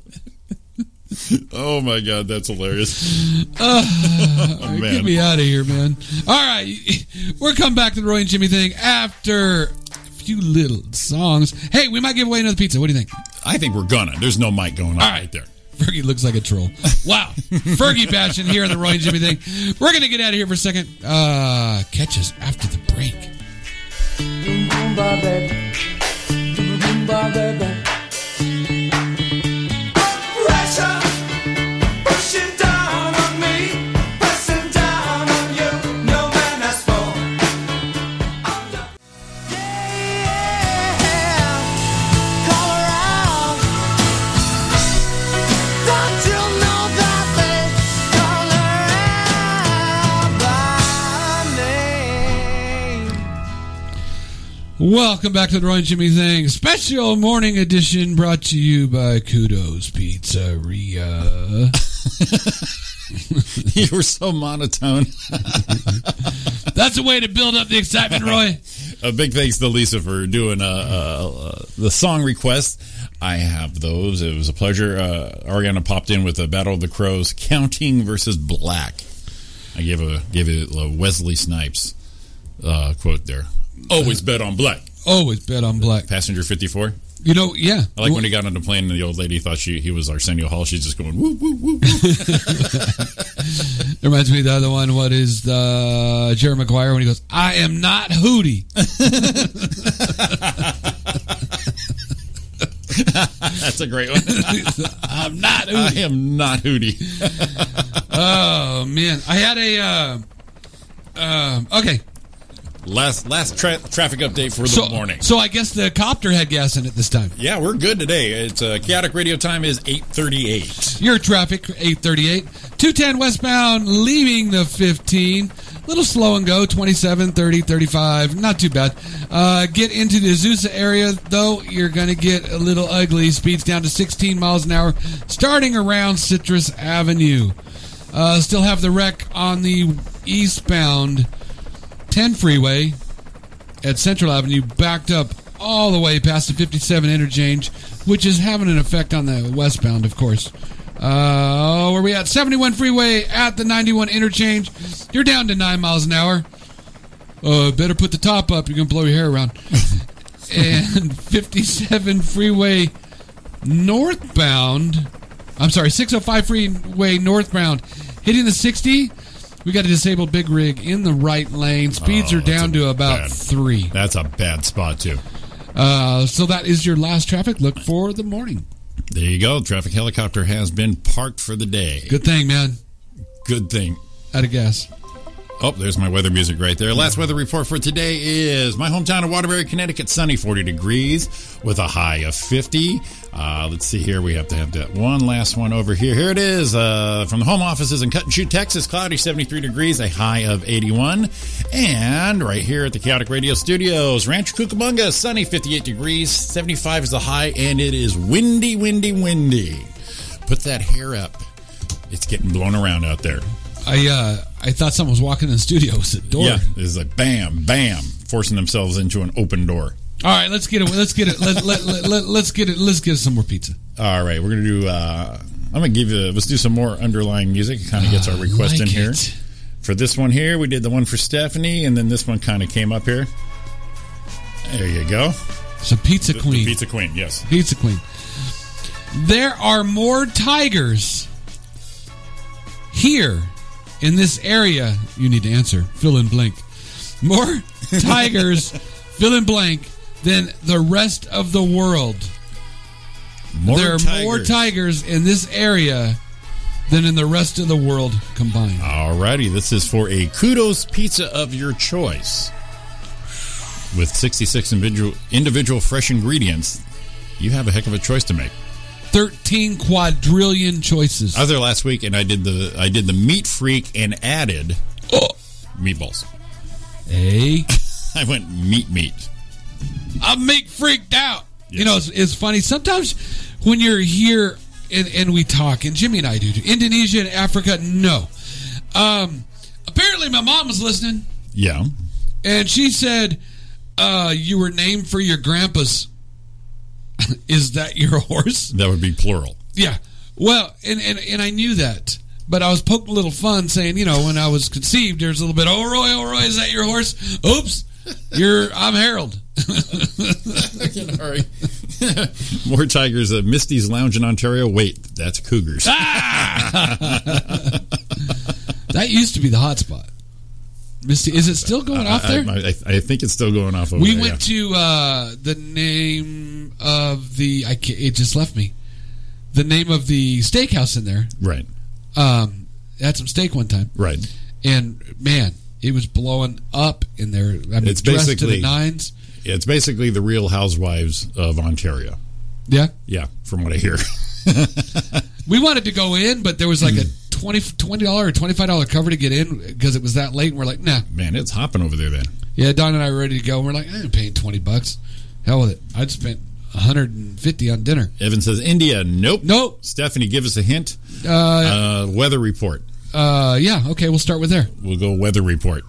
[SPEAKER 8] oh my god, that's hilarious.
[SPEAKER 7] Uh,
[SPEAKER 8] oh
[SPEAKER 7] Get
[SPEAKER 8] man,
[SPEAKER 7] me out of here, man. All right, we're coming back to the Roy and Jimmy thing after a few little songs. Hey, we might give away another pizza. What do you think?
[SPEAKER 8] I think we're gonna. There's no mic going on
[SPEAKER 7] All right.
[SPEAKER 8] right there.
[SPEAKER 7] Fergie looks like a troll. Wow. Fergie bashing here in the Roy and Jimmy thing. We're going to get out of here for a second. Uh, catch us after the break.
[SPEAKER 6] Pressure pushing down on me, pressing down on you. No man has fallen. Yeah, call around. Don't you know that they call her out by name?
[SPEAKER 7] Welcome back to the Roy and Jimmy thing. Special morning edition brought to you by Kudos Pizzeria.
[SPEAKER 8] you were so monotone.
[SPEAKER 7] That's a way to build up the excitement, Roy.
[SPEAKER 8] A big thanks to Lisa for doing uh, uh, uh, the song request. I have those. It was a pleasure. Uh, Ariana popped in with the Battle of the Crows, Counting versus Black. I gave a gave it a Wesley Snipes uh, quote there. Always bet on black.
[SPEAKER 7] Always Oh, bet on black.
[SPEAKER 8] Passenger fifty four.
[SPEAKER 7] You know, yeah.
[SPEAKER 8] I like when he got on the plane and the old lady thought she he was Arsenio Hall. She's just going woo woo woo. woo.
[SPEAKER 7] It reminds me of the other one. What is the Jerry Maguire when he goes, I am not Hootie.
[SPEAKER 8] That's a great one.
[SPEAKER 7] I'm not
[SPEAKER 8] I
[SPEAKER 7] Hootie.
[SPEAKER 8] am not Hootie.
[SPEAKER 7] Oh, man. I had a. Uh, um, okay.
[SPEAKER 8] Last last tra- traffic update for the
[SPEAKER 7] So,
[SPEAKER 8] morning.
[SPEAKER 7] so I guess the copter had gas in it this time.
[SPEAKER 8] Yeah, we're good today. It's uh, chaotic radio time is eight thirty eight.
[SPEAKER 7] Your traffic, 838. 210 westbound, leaving the 15. Little slow and go, 27, 30, 35. Not too bad. Uh, get into the Azusa area, though, you're going to get a little ugly. Speeds down to 16 miles an hour, starting around Citrus Avenue. Uh, still have the wreck on the eastbound 10 freeway at Central Avenue backed up all the way past the 57 interchange, which is having an effect on the westbound, of course. Uh, where we at? 71 freeway at the 91 interchange. You're down to nine miles an hour. Uh, better put the top up. You're gonna blow your hair around. and 57 freeway northbound. I'm sorry, 605 freeway northbound, hitting the 60. We got a disabled big rig in the right lane. Speeds
[SPEAKER 8] Oh,
[SPEAKER 7] are down
[SPEAKER 8] that's a
[SPEAKER 7] to about
[SPEAKER 8] bad-
[SPEAKER 7] three.
[SPEAKER 8] That's a bad spot too.
[SPEAKER 7] Uh, so that is your last traffic look for the morning.
[SPEAKER 8] There you go. Traffic helicopter has been parked for the day.
[SPEAKER 7] Good thing, man.
[SPEAKER 8] Good thing.
[SPEAKER 7] Out of gas.
[SPEAKER 8] Oh, there's my weather music right there. Last weather report for today is my hometown of Waterbury, Connecticut, sunny 40 degrees with a high of 50. Uh, let's see here. We have to have that one last one over here. Here it is uh, from the home offices in Cut and Shoot, Texas, cloudy 73 degrees, a high of 81. And right here at the Chaotic Radio Studios, Ranch Cucamonga, sunny 58 degrees, 75 is the high, and it is windy, windy, windy. Put that hair up. It's getting blown around out there.
[SPEAKER 7] I uh, I thought someone was walking in the studio. It was a door.
[SPEAKER 8] Yeah, it's like bam, bam, forcing themselves into an open door.
[SPEAKER 7] All right, let's get it. Let's get it. Let, let, let, let, let's get it. Let's get some more pizza.
[SPEAKER 8] All right, we're gonna do. Uh, I'm gonna give you. Let's do some more underlying music. It kind of gets our request
[SPEAKER 7] Ah, like
[SPEAKER 8] in here.
[SPEAKER 7] it.
[SPEAKER 8] For this one here, we did the one for Stephanie, and then this one kind of came up here. There you go,
[SPEAKER 7] Some pizza
[SPEAKER 8] The- the
[SPEAKER 7] queen.
[SPEAKER 8] pizza queen. Yes,
[SPEAKER 7] pizza queen. There are more tigers here in this area. You need to answer. Fill in blank. More tigers. fill in blank than the rest of the world.
[SPEAKER 8] more
[SPEAKER 7] there are more tigers in this area than in the rest of the world combined.
[SPEAKER 8] Oh. Alrighty, this is for a kudos pizza of your choice. With 66 individual, individual fresh ingredients, you have a heck of a choice to make.
[SPEAKER 7] 13 quadrillion choices.
[SPEAKER 8] I was there last week, and I did the I did the meat freak and added
[SPEAKER 7] Oh.
[SPEAKER 8] meatballs.
[SPEAKER 7] Hey,
[SPEAKER 8] I went meat meat.
[SPEAKER 7] I'm meat freaked out. You
[SPEAKER 8] Yes.
[SPEAKER 7] know, it's, it's funny. Sometimes when you're here and, and we talk, and Jimmy and I do, too, Indonesia and Africa, no. Um, apparently, my mom was listening,
[SPEAKER 8] Yeah,
[SPEAKER 7] and she said, uh, You were named for your grandpa's. Is that your horse?
[SPEAKER 8] that would be plural.
[SPEAKER 7] Yeah. Well, and, and, and I knew that. But I was poking a little fun saying, you know, when I was conceived, there's a little bit, oh, Roy, oh, Roy, is that your horse? Oops. You're, I'm Harold.
[SPEAKER 8] All right. More tigers at Misty's Lounge in Ontario. Wait, that's cougars.
[SPEAKER 7] Ah, That used to be the hot spot. Misty, is it still going off there?
[SPEAKER 8] I, I- I think it's still going off. Over
[SPEAKER 7] we
[SPEAKER 8] there,
[SPEAKER 7] went to uh, the name of the. I can't, it just left me. The name of the steakhouse in there.
[SPEAKER 8] yeah. right,
[SPEAKER 7] Um, had some steak one time,
[SPEAKER 8] right.
[SPEAKER 7] and man, it was blowing up in there. I mean,
[SPEAKER 8] It's
[SPEAKER 7] dressed to
[SPEAKER 8] basically-
[SPEAKER 7] the nines.
[SPEAKER 8] It's basically the Real Housewives of Ontario.
[SPEAKER 7] Yeah,
[SPEAKER 8] Yeah, from what I hear.
[SPEAKER 7] we wanted to go in, but there was like
[SPEAKER 8] Hmm.
[SPEAKER 7] a 20 dollar or twenty five dollar cover to get in because it was that late, and we're like, nah.
[SPEAKER 8] Man, it's hopping over there. Then
[SPEAKER 7] Yeah, Don and I were ready to go. and We're like, I ain't paying twenty bucks. Hell with it. I'd spent one hundred and fifty on dinner.
[SPEAKER 8] Evan says India. Nope.
[SPEAKER 7] Nope.
[SPEAKER 8] Stephanie, give us a hint.
[SPEAKER 7] Uh,
[SPEAKER 8] Uh, weather report.
[SPEAKER 7] uh, yeah. Okay, we'll start with there.
[SPEAKER 8] We'll go weather report.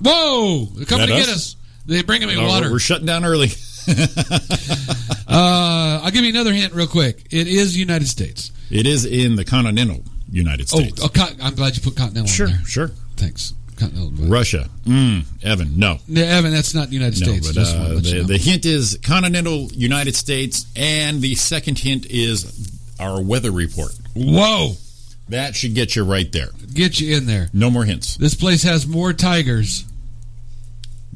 [SPEAKER 7] Whoa! They're coming
[SPEAKER 8] That
[SPEAKER 7] to get
[SPEAKER 8] us?
[SPEAKER 7] us. They're bringing me
[SPEAKER 8] Oh,
[SPEAKER 7] water.
[SPEAKER 8] we're- We're shutting down early.
[SPEAKER 7] Uh, I'll give you another hint real quick. It is United States.
[SPEAKER 8] It is in the continental United
[SPEAKER 7] Oh,
[SPEAKER 8] States.
[SPEAKER 7] oh, con- I'm glad you put Continental
[SPEAKER 8] Sure,
[SPEAKER 7] in there.
[SPEAKER 8] sure.
[SPEAKER 7] Thanks. Continental.
[SPEAKER 8] Russia. Mm, Evan, no.
[SPEAKER 7] Yeah, Evan, that's not the United
[SPEAKER 8] No,
[SPEAKER 7] States.
[SPEAKER 8] but
[SPEAKER 7] Just wanted to
[SPEAKER 8] uh,
[SPEAKER 7] let you
[SPEAKER 8] the,
[SPEAKER 7] know.
[SPEAKER 8] the hint is continental United States, and the second hint is our weather report.
[SPEAKER 7] Whoa!
[SPEAKER 8] That should get you right there.
[SPEAKER 7] Get you in there.
[SPEAKER 8] No more hints
[SPEAKER 7] This place has more tigers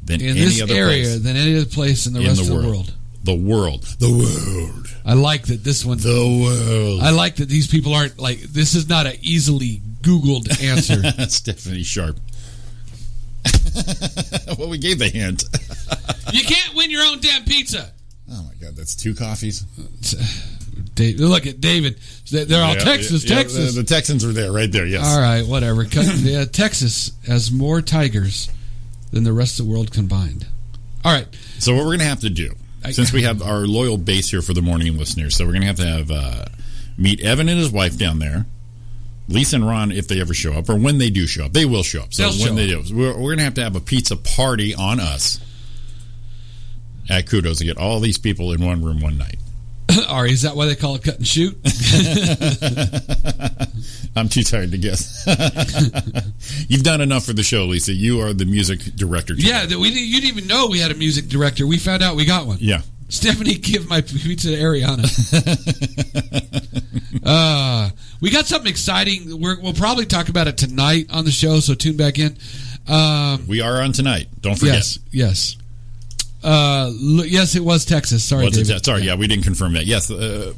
[SPEAKER 8] than
[SPEAKER 7] in
[SPEAKER 8] any
[SPEAKER 7] this
[SPEAKER 8] other
[SPEAKER 7] area
[SPEAKER 8] place
[SPEAKER 7] than any other place in the
[SPEAKER 8] in
[SPEAKER 7] rest
[SPEAKER 8] the
[SPEAKER 7] of the
[SPEAKER 8] world.
[SPEAKER 7] world.
[SPEAKER 8] The world. The world.
[SPEAKER 7] I like that this one.
[SPEAKER 8] The world.
[SPEAKER 7] I like that these people aren't like this is not an easily Googled answer.
[SPEAKER 8] Stephanie Sharp. well, we gave the hint.
[SPEAKER 7] you can't win your own damn pizza.
[SPEAKER 8] Oh my God, that's two coffees.
[SPEAKER 7] Dave, look at David. They're they're all
[SPEAKER 8] Yeah,
[SPEAKER 7] Oh, Texas,
[SPEAKER 8] yeah, yeah,
[SPEAKER 7] Texas.
[SPEAKER 8] The, the Texans are there, right there. Yes.
[SPEAKER 7] All right, whatever. Cut- yeah, Texas has more tigers than the rest of the world combined. All right.
[SPEAKER 8] So what we're gonna have to do,
[SPEAKER 7] I-
[SPEAKER 8] since we have our loyal base here for the morning listeners, so we're gonna have to have uh, meet Evan and his wife down there. Lisa and Ron, if they ever show up, or when they do show up, they will show up. So
[SPEAKER 7] They'll
[SPEAKER 8] when
[SPEAKER 7] show
[SPEAKER 8] they do, we're, we're gonna have to have a pizza party on us at Kudos to get all these people in one room one night.
[SPEAKER 7] Ari, is that why they call it cut and shoot?
[SPEAKER 8] I'm too tired to guess. You've done enough for the show, Lisa. You are the music director. today.
[SPEAKER 7] yeah, that we didn't, you didn't even know we had a music director. We found out we got one.
[SPEAKER 8] yeah.
[SPEAKER 7] Stephanie, give my pizza to Ariana. uh, we got something exciting. We're, we'll probably talk about it tonight on the show, so tune back in. Um,
[SPEAKER 8] We are on tonight. Don't forget.
[SPEAKER 7] yes, yes. Uh, l- yes, it was Texas. Sorry,
[SPEAKER 8] What's it-
[SPEAKER 7] David.
[SPEAKER 8] sorry, yeah, we didn't confirm that. Yes, uh,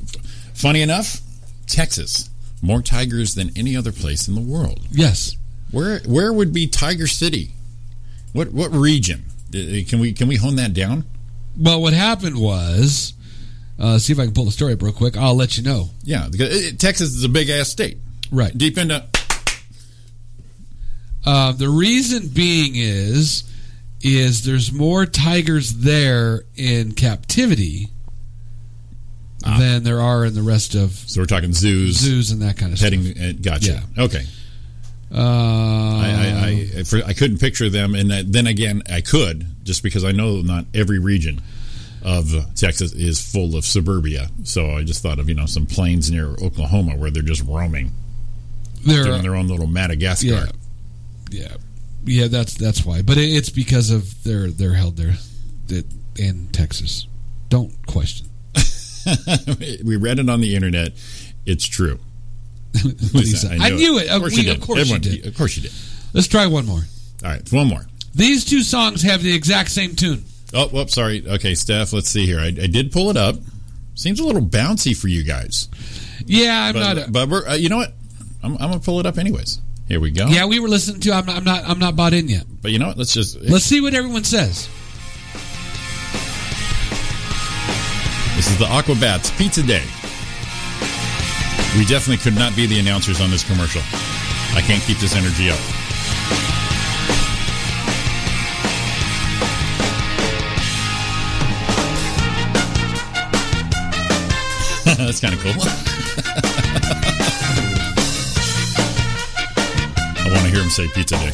[SPEAKER 8] funny enough, Texas more tigers than any other place in the world.
[SPEAKER 7] Yes.
[SPEAKER 8] Where where would be Tiger City? What what region? Uh, Can we can we hone that down?
[SPEAKER 7] Well, what happened was, uh, see if I can pull the story up real quick. I'll let you know.
[SPEAKER 8] Yeah, because it- it- Texas is a big ass state.
[SPEAKER 7] Right.
[SPEAKER 8] Deep into
[SPEAKER 7] Uh, the reason being is, is there's more tigers there in captivity than there are in the rest of
[SPEAKER 8] so we're talking zoos,
[SPEAKER 7] zoos and that kind of stuff.
[SPEAKER 8] petting. Uh, gotcha. Okay.
[SPEAKER 7] Uh, Um,
[SPEAKER 8] I I, I, for, I couldn't picture them, and that- then again, I could just because I know not every region of uh, Texas is full of suburbia. So I just thought of you know some plains near Oklahoma where they're just roaming,
[SPEAKER 7] there
[SPEAKER 8] doing
[SPEAKER 7] are-
[SPEAKER 8] their own little Madagascar.
[SPEAKER 7] yeah, yeah, yeah. That's that's why. But it, it's because of they're they're held there, that- in Texas. Don't question.
[SPEAKER 8] we read it on the internet. It's true.
[SPEAKER 7] Lisa, I knew it.
[SPEAKER 8] Of
[SPEAKER 7] Of
[SPEAKER 8] course
[SPEAKER 7] we-
[SPEAKER 8] you did.
[SPEAKER 7] of course you
[SPEAKER 8] Everyone-
[SPEAKER 7] did.
[SPEAKER 8] Of course you did.
[SPEAKER 7] Let's try one more.
[SPEAKER 8] All right, one more.
[SPEAKER 7] These two songs have the exact same tune.
[SPEAKER 8] Oh, whoops, sorry. Okay, Steph, let's see here. I, I did pull it up. Seems a little bouncy for you guys.
[SPEAKER 7] Yeah, I'm
[SPEAKER 8] But,
[SPEAKER 7] not. A,
[SPEAKER 8] but we're, uh, you know what? I'm, I'm going to pull it up anyways. Here we go.
[SPEAKER 7] yeah, we were listening to. I'm not. I'm not. I'm not bought in yet.
[SPEAKER 8] But you know what? Let's just.
[SPEAKER 7] Let's see what everyone says.
[SPEAKER 8] This is the Aquabats Pizza Day. We definitely could not be the announcers on this commercial. I can't keep this energy up. That's kind of cool. I want to hear him say Pizza Day.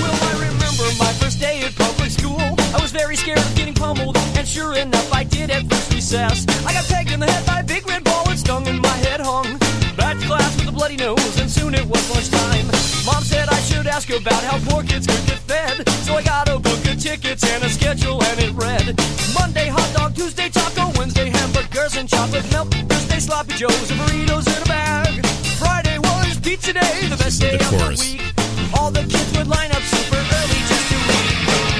[SPEAKER 11] Well, I remember my first day at public school. I was very scared of getting pummeled, and sure enough, I did at first recess. I got pegged in the head by a big red ball and stung, and my head hung. Back to class with a bloody nose, and soon it was lunchtime. Mom said I should ask about how poor kids could get fed, so I got a book of tickets and a schedule, and it read Monday hot dog, Tuesday taco, Wednesday hamburgers and chocolate milk, Thursday sloppy joes and burritos in a bag. Friday was pizza day, the best day of
[SPEAKER 8] The
[SPEAKER 11] the
[SPEAKER 8] chorus.
[SPEAKER 11] week. All the kids would line up super early just to eat.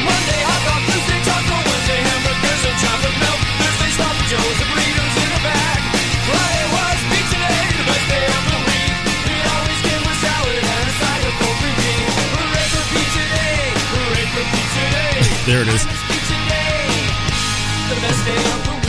[SPEAKER 11] Monday hot dog, Tuesday taco, Wednesday hamburgers and chocolate milk, Thursday sloppy joes and burritos in a bag. Friday was pizza day, the best day of the week. We'd always get with salad and a side of cold cream tea. Hooray for pizza day! Hooray for pizza day!
[SPEAKER 8] There it is.
[SPEAKER 11] Pizza day, the best day of the week.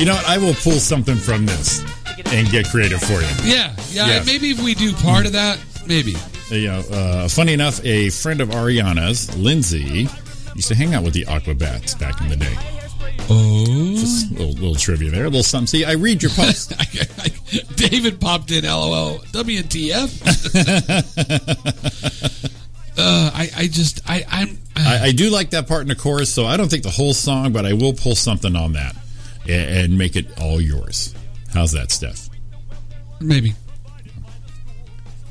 [SPEAKER 8] you know what? I will pull something from this and get creative for you.
[SPEAKER 7] Yeah, yeah.
[SPEAKER 8] Yeah.
[SPEAKER 7] Maybe if we do part of that, maybe.
[SPEAKER 8] You know, uh, funny enough, a friend of Ariana's, Lindsay, used to hang out with the Aquabats back in the day.
[SPEAKER 7] Oh,
[SPEAKER 8] just a little, little trivia there, a little something. See, I read your post.
[SPEAKER 7] David popped in. LOL. WTF? uh, I I just I I'm uh,
[SPEAKER 8] I, I do like that part in the chorus, so I don't think the whole song, but I will pull something on that a- and, and make it all yours. How's that, Steph?
[SPEAKER 7] maybe.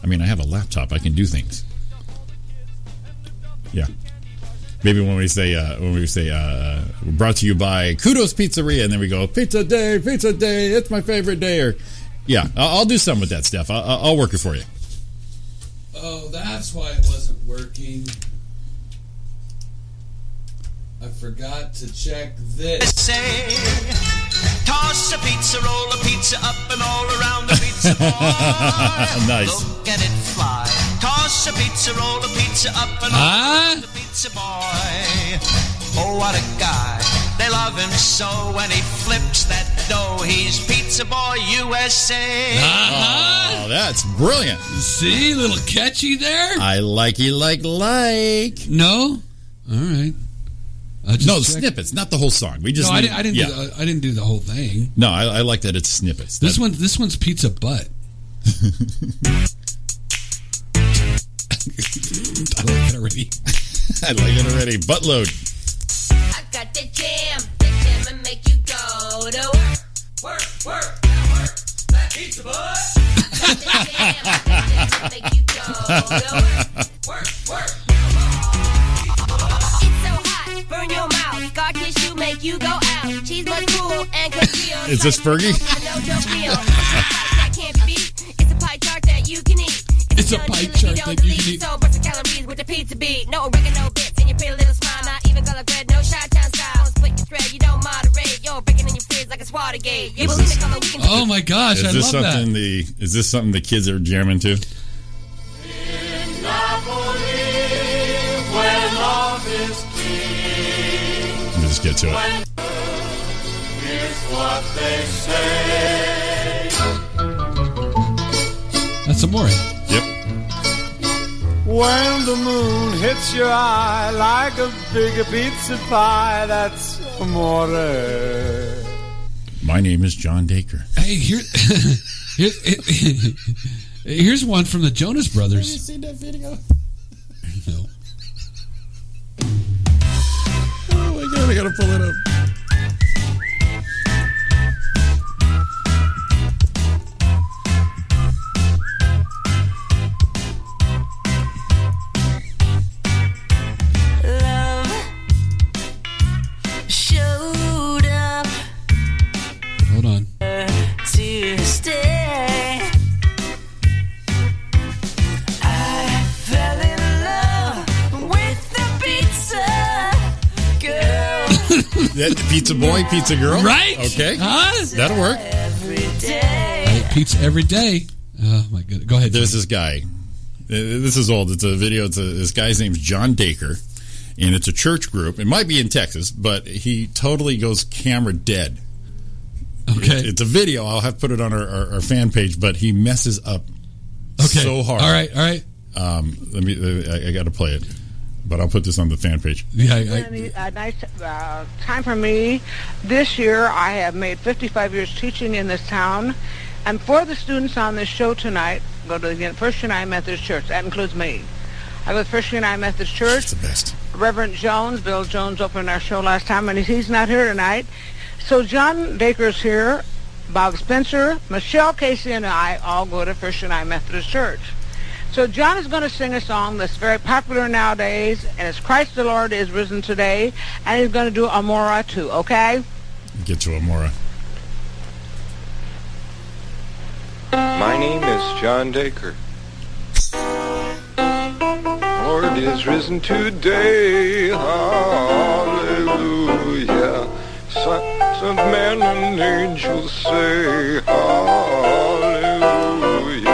[SPEAKER 8] I mean, I have a laptop; I can do things. Yeah, maybe when we say uh, when we say uh, brought to you by Kudos Pizzeria, and then we go Pizza Day, Pizza Day, it's my favorite day. Or yeah, I'll, I'll do something with that, Steph. I'll, I'll work it for you.
[SPEAKER 7] Oh, that's why it wasn't working. I forgot to check this.
[SPEAKER 6] Say, toss a pizza, roll a pizza up and all around the pizza board.
[SPEAKER 8] Nice.
[SPEAKER 6] Look at it fly. Toss a pizza, roll a pizza up and all
[SPEAKER 7] Huh?
[SPEAKER 6] around the pizza boy. Oh, what a guy. They love him so when he flips that dough. He's Pizza Boy USA.
[SPEAKER 7] Uh-huh.
[SPEAKER 8] Oh, that's brilliant.
[SPEAKER 7] See, little catchy there.
[SPEAKER 8] I like you, like like.
[SPEAKER 7] No. All right. I just
[SPEAKER 8] No
[SPEAKER 7] checked.
[SPEAKER 8] snippets, not the whole song. We just
[SPEAKER 7] no, I,
[SPEAKER 8] need-
[SPEAKER 7] di- I didn't.
[SPEAKER 8] yeah.
[SPEAKER 7] Do the, I didn't do the whole thing.
[SPEAKER 8] No, I, I like that it's snippets.
[SPEAKER 7] This
[SPEAKER 8] That-
[SPEAKER 7] one. This one's pizza butt. I like it already.
[SPEAKER 8] I like it already. Buttload.
[SPEAKER 12] I got the jam. The jam will make you go to work. Work, work, work. That pizza boy. I got the jam. The jam will make you go to work. Work, work. It's so hot. Burn your mouth. Scar tissue make you go out. Cheese must cool and conceal.
[SPEAKER 8] Is this Fergie?
[SPEAKER 12] I know your feel. It's a pie that can't be beat. It's a pie chart that you can eat.
[SPEAKER 7] It's a
[SPEAKER 12] done
[SPEAKER 7] pie
[SPEAKER 12] deal if
[SPEAKER 7] chart
[SPEAKER 12] don't
[SPEAKER 7] that you
[SPEAKER 12] delete.
[SPEAKER 7] can eat.
[SPEAKER 12] So burst the calories with the pizza beat. No oregano bits in your pretty little smile. Not even color red, no shot town style. Split your thread, you don't moderate. You're breaking in your fridge like it's Watergate. You believe it on the weekend.
[SPEAKER 7] Oh my gosh!
[SPEAKER 8] Is
[SPEAKER 7] I
[SPEAKER 8] this
[SPEAKER 7] love
[SPEAKER 8] something
[SPEAKER 7] that.
[SPEAKER 8] the is this something the kids are jamming to? Let me just get to it.
[SPEAKER 7] That's Amore.
[SPEAKER 8] Yep.
[SPEAKER 13] When the moon hits your eye like a bigger pizza pie, that's amore.
[SPEAKER 8] My name is John Dacre.
[SPEAKER 7] Hey, here, here here's one from the Jonas Brothers.
[SPEAKER 8] seen that video?
[SPEAKER 7] No.
[SPEAKER 8] Oh my god, I gotta pull it up.
[SPEAKER 12] Love showed up
[SPEAKER 7] Hold on.
[SPEAKER 12] to stay. I fell in love with the pizza girl
[SPEAKER 8] That, pizza boy, pizza girl.
[SPEAKER 7] Right?
[SPEAKER 8] Okay.
[SPEAKER 7] Huh?
[SPEAKER 8] That'll work.
[SPEAKER 12] every day.
[SPEAKER 7] I eat pizza every day. Oh my goodness. Go ahead.
[SPEAKER 8] There's this guy. Uh, This is old. It's a video. It's a, this guy's name's John Dacre, and it's a church group. It might be in Texas, but he totally goes camera dead.
[SPEAKER 7] Okay.
[SPEAKER 8] It- it's a video. I'll have to put it on our, our, our fan page. But he messes up
[SPEAKER 7] okay.
[SPEAKER 8] so hard.
[SPEAKER 7] All right. All right.
[SPEAKER 8] Um, let me. I, I got to play it, but I'll put this on the fan page.
[SPEAKER 7] Yeah. I, I,
[SPEAKER 14] a nice uh, time for me. This year, I have made 55 years teaching in this town. And for the students on this show tonight, go to the First United Methodist Church. That includes me. I go to First United Methodist Church.
[SPEAKER 8] It's the best.
[SPEAKER 14] Reverend Jones, Bill Jones opened our show last time, and he's not here tonight. So John Dacre's here, Bob Spencer, Michelle Casey, and I all go to First United Methodist Church. So John is going to sing a song that's very popular nowadays, and it's Christ the Lord is risen today, and he's going to do Amora too, okay?
[SPEAKER 8] Get to Amora.
[SPEAKER 15] My name is John Dacre. Lord is risen today. Hallelujah. Sons of men and angels say hallelujah.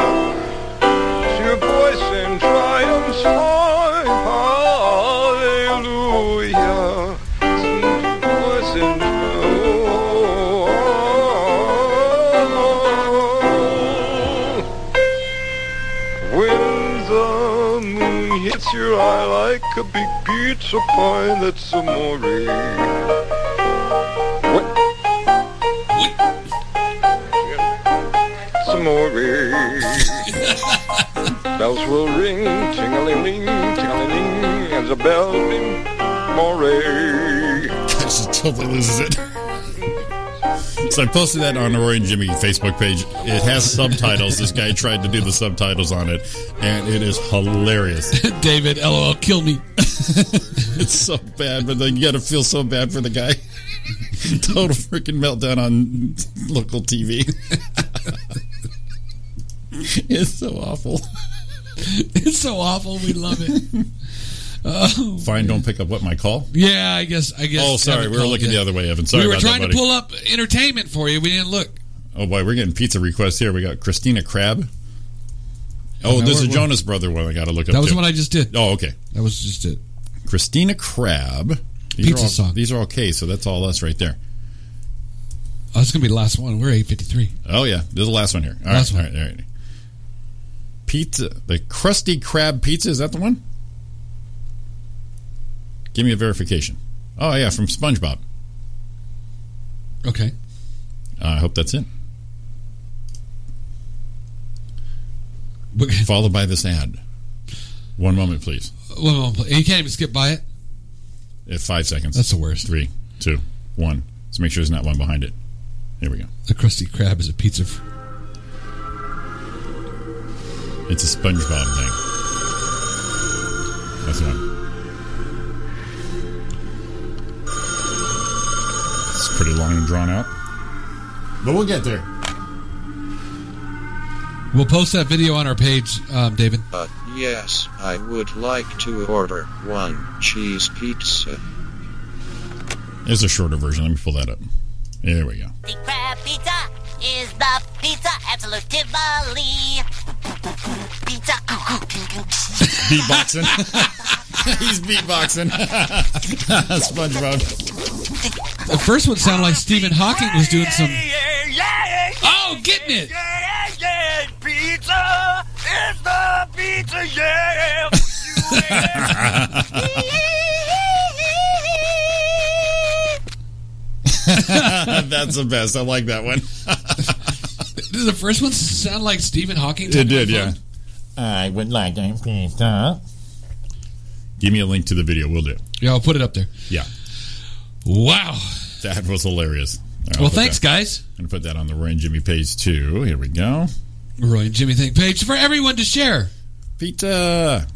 [SPEAKER 15] Lift your voice and triumph song. Hallelujah. Sing your voice and oh, When the moon hits your eye like a big pizza pie, that's amore. What? Some Bells will ring, ting-a-ling-ling, ting-a-ling, as a bell ring, more.
[SPEAKER 8] Gosh, it totally loses it. So I posted that on the Roy and Jimmy Facebook page. It has subtitles. This guy tried to do the subtitles on it, and it is hilarious.
[SPEAKER 7] David, lol, kill me.
[SPEAKER 8] it's so bad, but then you got to feel so bad for the guy. Total freaking meltdown on local TV. it's so awful.
[SPEAKER 7] It's so awful. We love it. Oh,
[SPEAKER 8] Fine, don't pick up what my call.
[SPEAKER 7] yeah, I guess. I guess.
[SPEAKER 8] Oh, sorry,
[SPEAKER 7] Evan
[SPEAKER 8] we were
[SPEAKER 7] called
[SPEAKER 8] looking
[SPEAKER 7] it.
[SPEAKER 8] the other way, Evan. Sorry
[SPEAKER 7] we were
[SPEAKER 8] about
[SPEAKER 7] trying to
[SPEAKER 8] that, buddy.
[SPEAKER 7] pull up entertainment for you. We didn't look.
[SPEAKER 8] Oh boy, we're getting pizza requests here. We got Christina Crab. Oh,
[SPEAKER 7] Now
[SPEAKER 8] there's
[SPEAKER 7] we're-
[SPEAKER 8] a Jonas Brother one. I got to look up.
[SPEAKER 7] That was
[SPEAKER 8] too.
[SPEAKER 7] what I just did.
[SPEAKER 8] Oh, okay.
[SPEAKER 7] That was just it.
[SPEAKER 8] Christina Crab. These
[SPEAKER 7] Pizza
[SPEAKER 8] are all,
[SPEAKER 7] song.
[SPEAKER 8] These are okay, so that's all us right there.
[SPEAKER 7] Oh, it's gonna be the last one. We're eight fifty three.
[SPEAKER 8] Oh yeah, this is the last one here. All right,
[SPEAKER 7] Last one.
[SPEAKER 8] all right, all right. Pizza, the crusty crab pizza. Is that the one? Give me a verification. Oh yeah, from SpongeBob.
[SPEAKER 7] Okay.
[SPEAKER 8] Uh, I hope that's it. Followed by this ad. One moment, please.
[SPEAKER 7] One moment, please. You can't even skip by it.
[SPEAKER 8] At five seconds.
[SPEAKER 7] That's the worst.
[SPEAKER 8] Three, two, one. Let's make sure there's not one behind it. Here we go.
[SPEAKER 7] The Krusty Krab is a pizza. F-
[SPEAKER 8] It's a SpongeBob thing. That's one. It's pretty long and drawn out. But we'll get there.
[SPEAKER 7] we'll post that video on our page, um, David.
[SPEAKER 16] Uh, yes, I would like to order one cheese pizza.
[SPEAKER 8] There's a shorter version. Let me pull that up. There we go.
[SPEAKER 17] The crab pizza is the pizza absolute Tivoli. Pizza.
[SPEAKER 8] Beatboxing. He's beatboxing. SpongeBob.
[SPEAKER 7] The first one sounded like Stephen Hawking was doing some. Oh, getting it.
[SPEAKER 5] Pizza is the pizza jam.
[SPEAKER 8] That's the best. I like that one.
[SPEAKER 7] Did the first one sound like Stephen Hawking?
[SPEAKER 8] It did, yeah. I would like a pizza. Give me a link to the video. We'll do. it.
[SPEAKER 7] Yeah, I'll put it up there.
[SPEAKER 8] Yeah.
[SPEAKER 7] Wow.
[SPEAKER 8] That was hilarious. All right,
[SPEAKER 7] well,
[SPEAKER 8] I'll put
[SPEAKER 7] thanks,
[SPEAKER 8] that-
[SPEAKER 7] guys.
[SPEAKER 8] I'm going to put that on the Roy and Jimmy page, too. Here we go.
[SPEAKER 7] Roy and Jimmy Think page for everyone to share.
[SPEAKER 8] Pizza.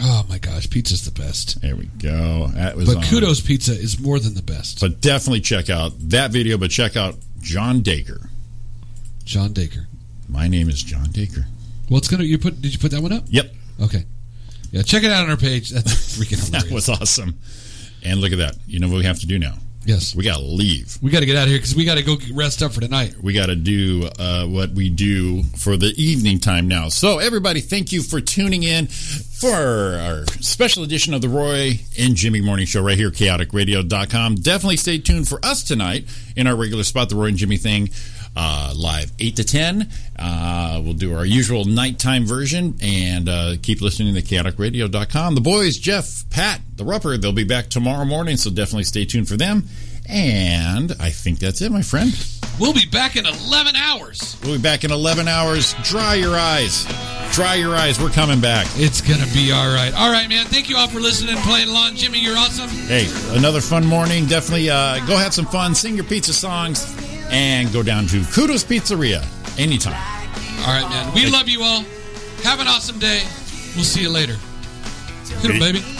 [SPEAKER 7] Oh my gosh, pizza's the best.
[SPEAKER 8] There we go. That was
[SPEAKER 7] But
[SPEAKER 8] on-
[SPEAKER 7] kudos pizza is more than the best.
[SPEAKER 8] So definitely check out that video, but check out John Dacre.
[SPEAKER 7] John Dacre.
[SPEAKER 8] My name is John Dacre.
[SPEAKER 7] Well, it's gonna. You put? Did you put that one up?
[SPEAKER 8] Yep.
[SPEAKER 7] Okay. Yeah, check it out on our page. That's freaking hilarious.
[SPEAKER 8] That was awesome. And look at that. You know what we have to do now?
[SPEAKER 7] Yes.
[SPEAKER 8] We got to leave.
[SPEAKER 7] We got to get out of here because we got to go get rest up for tonight.
[SPEAKER 8] we got to do uh, what we do for the evening time now. So, everybody, thank you for tuning in for our special edition of the Roy and Jimmy Morning Show right here, chaoticradio.com. Definitely stay tuned for us tonight in our regular spot, the Roy and Jimmy thing. Uh, live 8 to 10. Uh, we'll do our usual nighttime version and uh, keep listening to chaoticradio.com. The boys, Jeff, Pat, the Rupper, they'll be back tomorrow morning, so definitely stay tuned for them. And I think that's it, my friend.
[SPEAKER 7] We'll be back in eleven hours.
[SPEAKER 8] We'll be back in 11 hours. Dry your eyes. Dry your eyes. We're coming back.
[SPEAKER 7] It's going to be all right. All right, man. Thank you all for listening and playing along. Jimmy, you're awesome.
[SPEAKER 8] Hey, another fun morning. Definitely uh, go have some fun. Sing your pizza songs. and go down to Kudos Pizzeria anytime.
[SPEAKER 7] All right, man. We love you all. Have an awesome day. We'll see you later. Later, baby.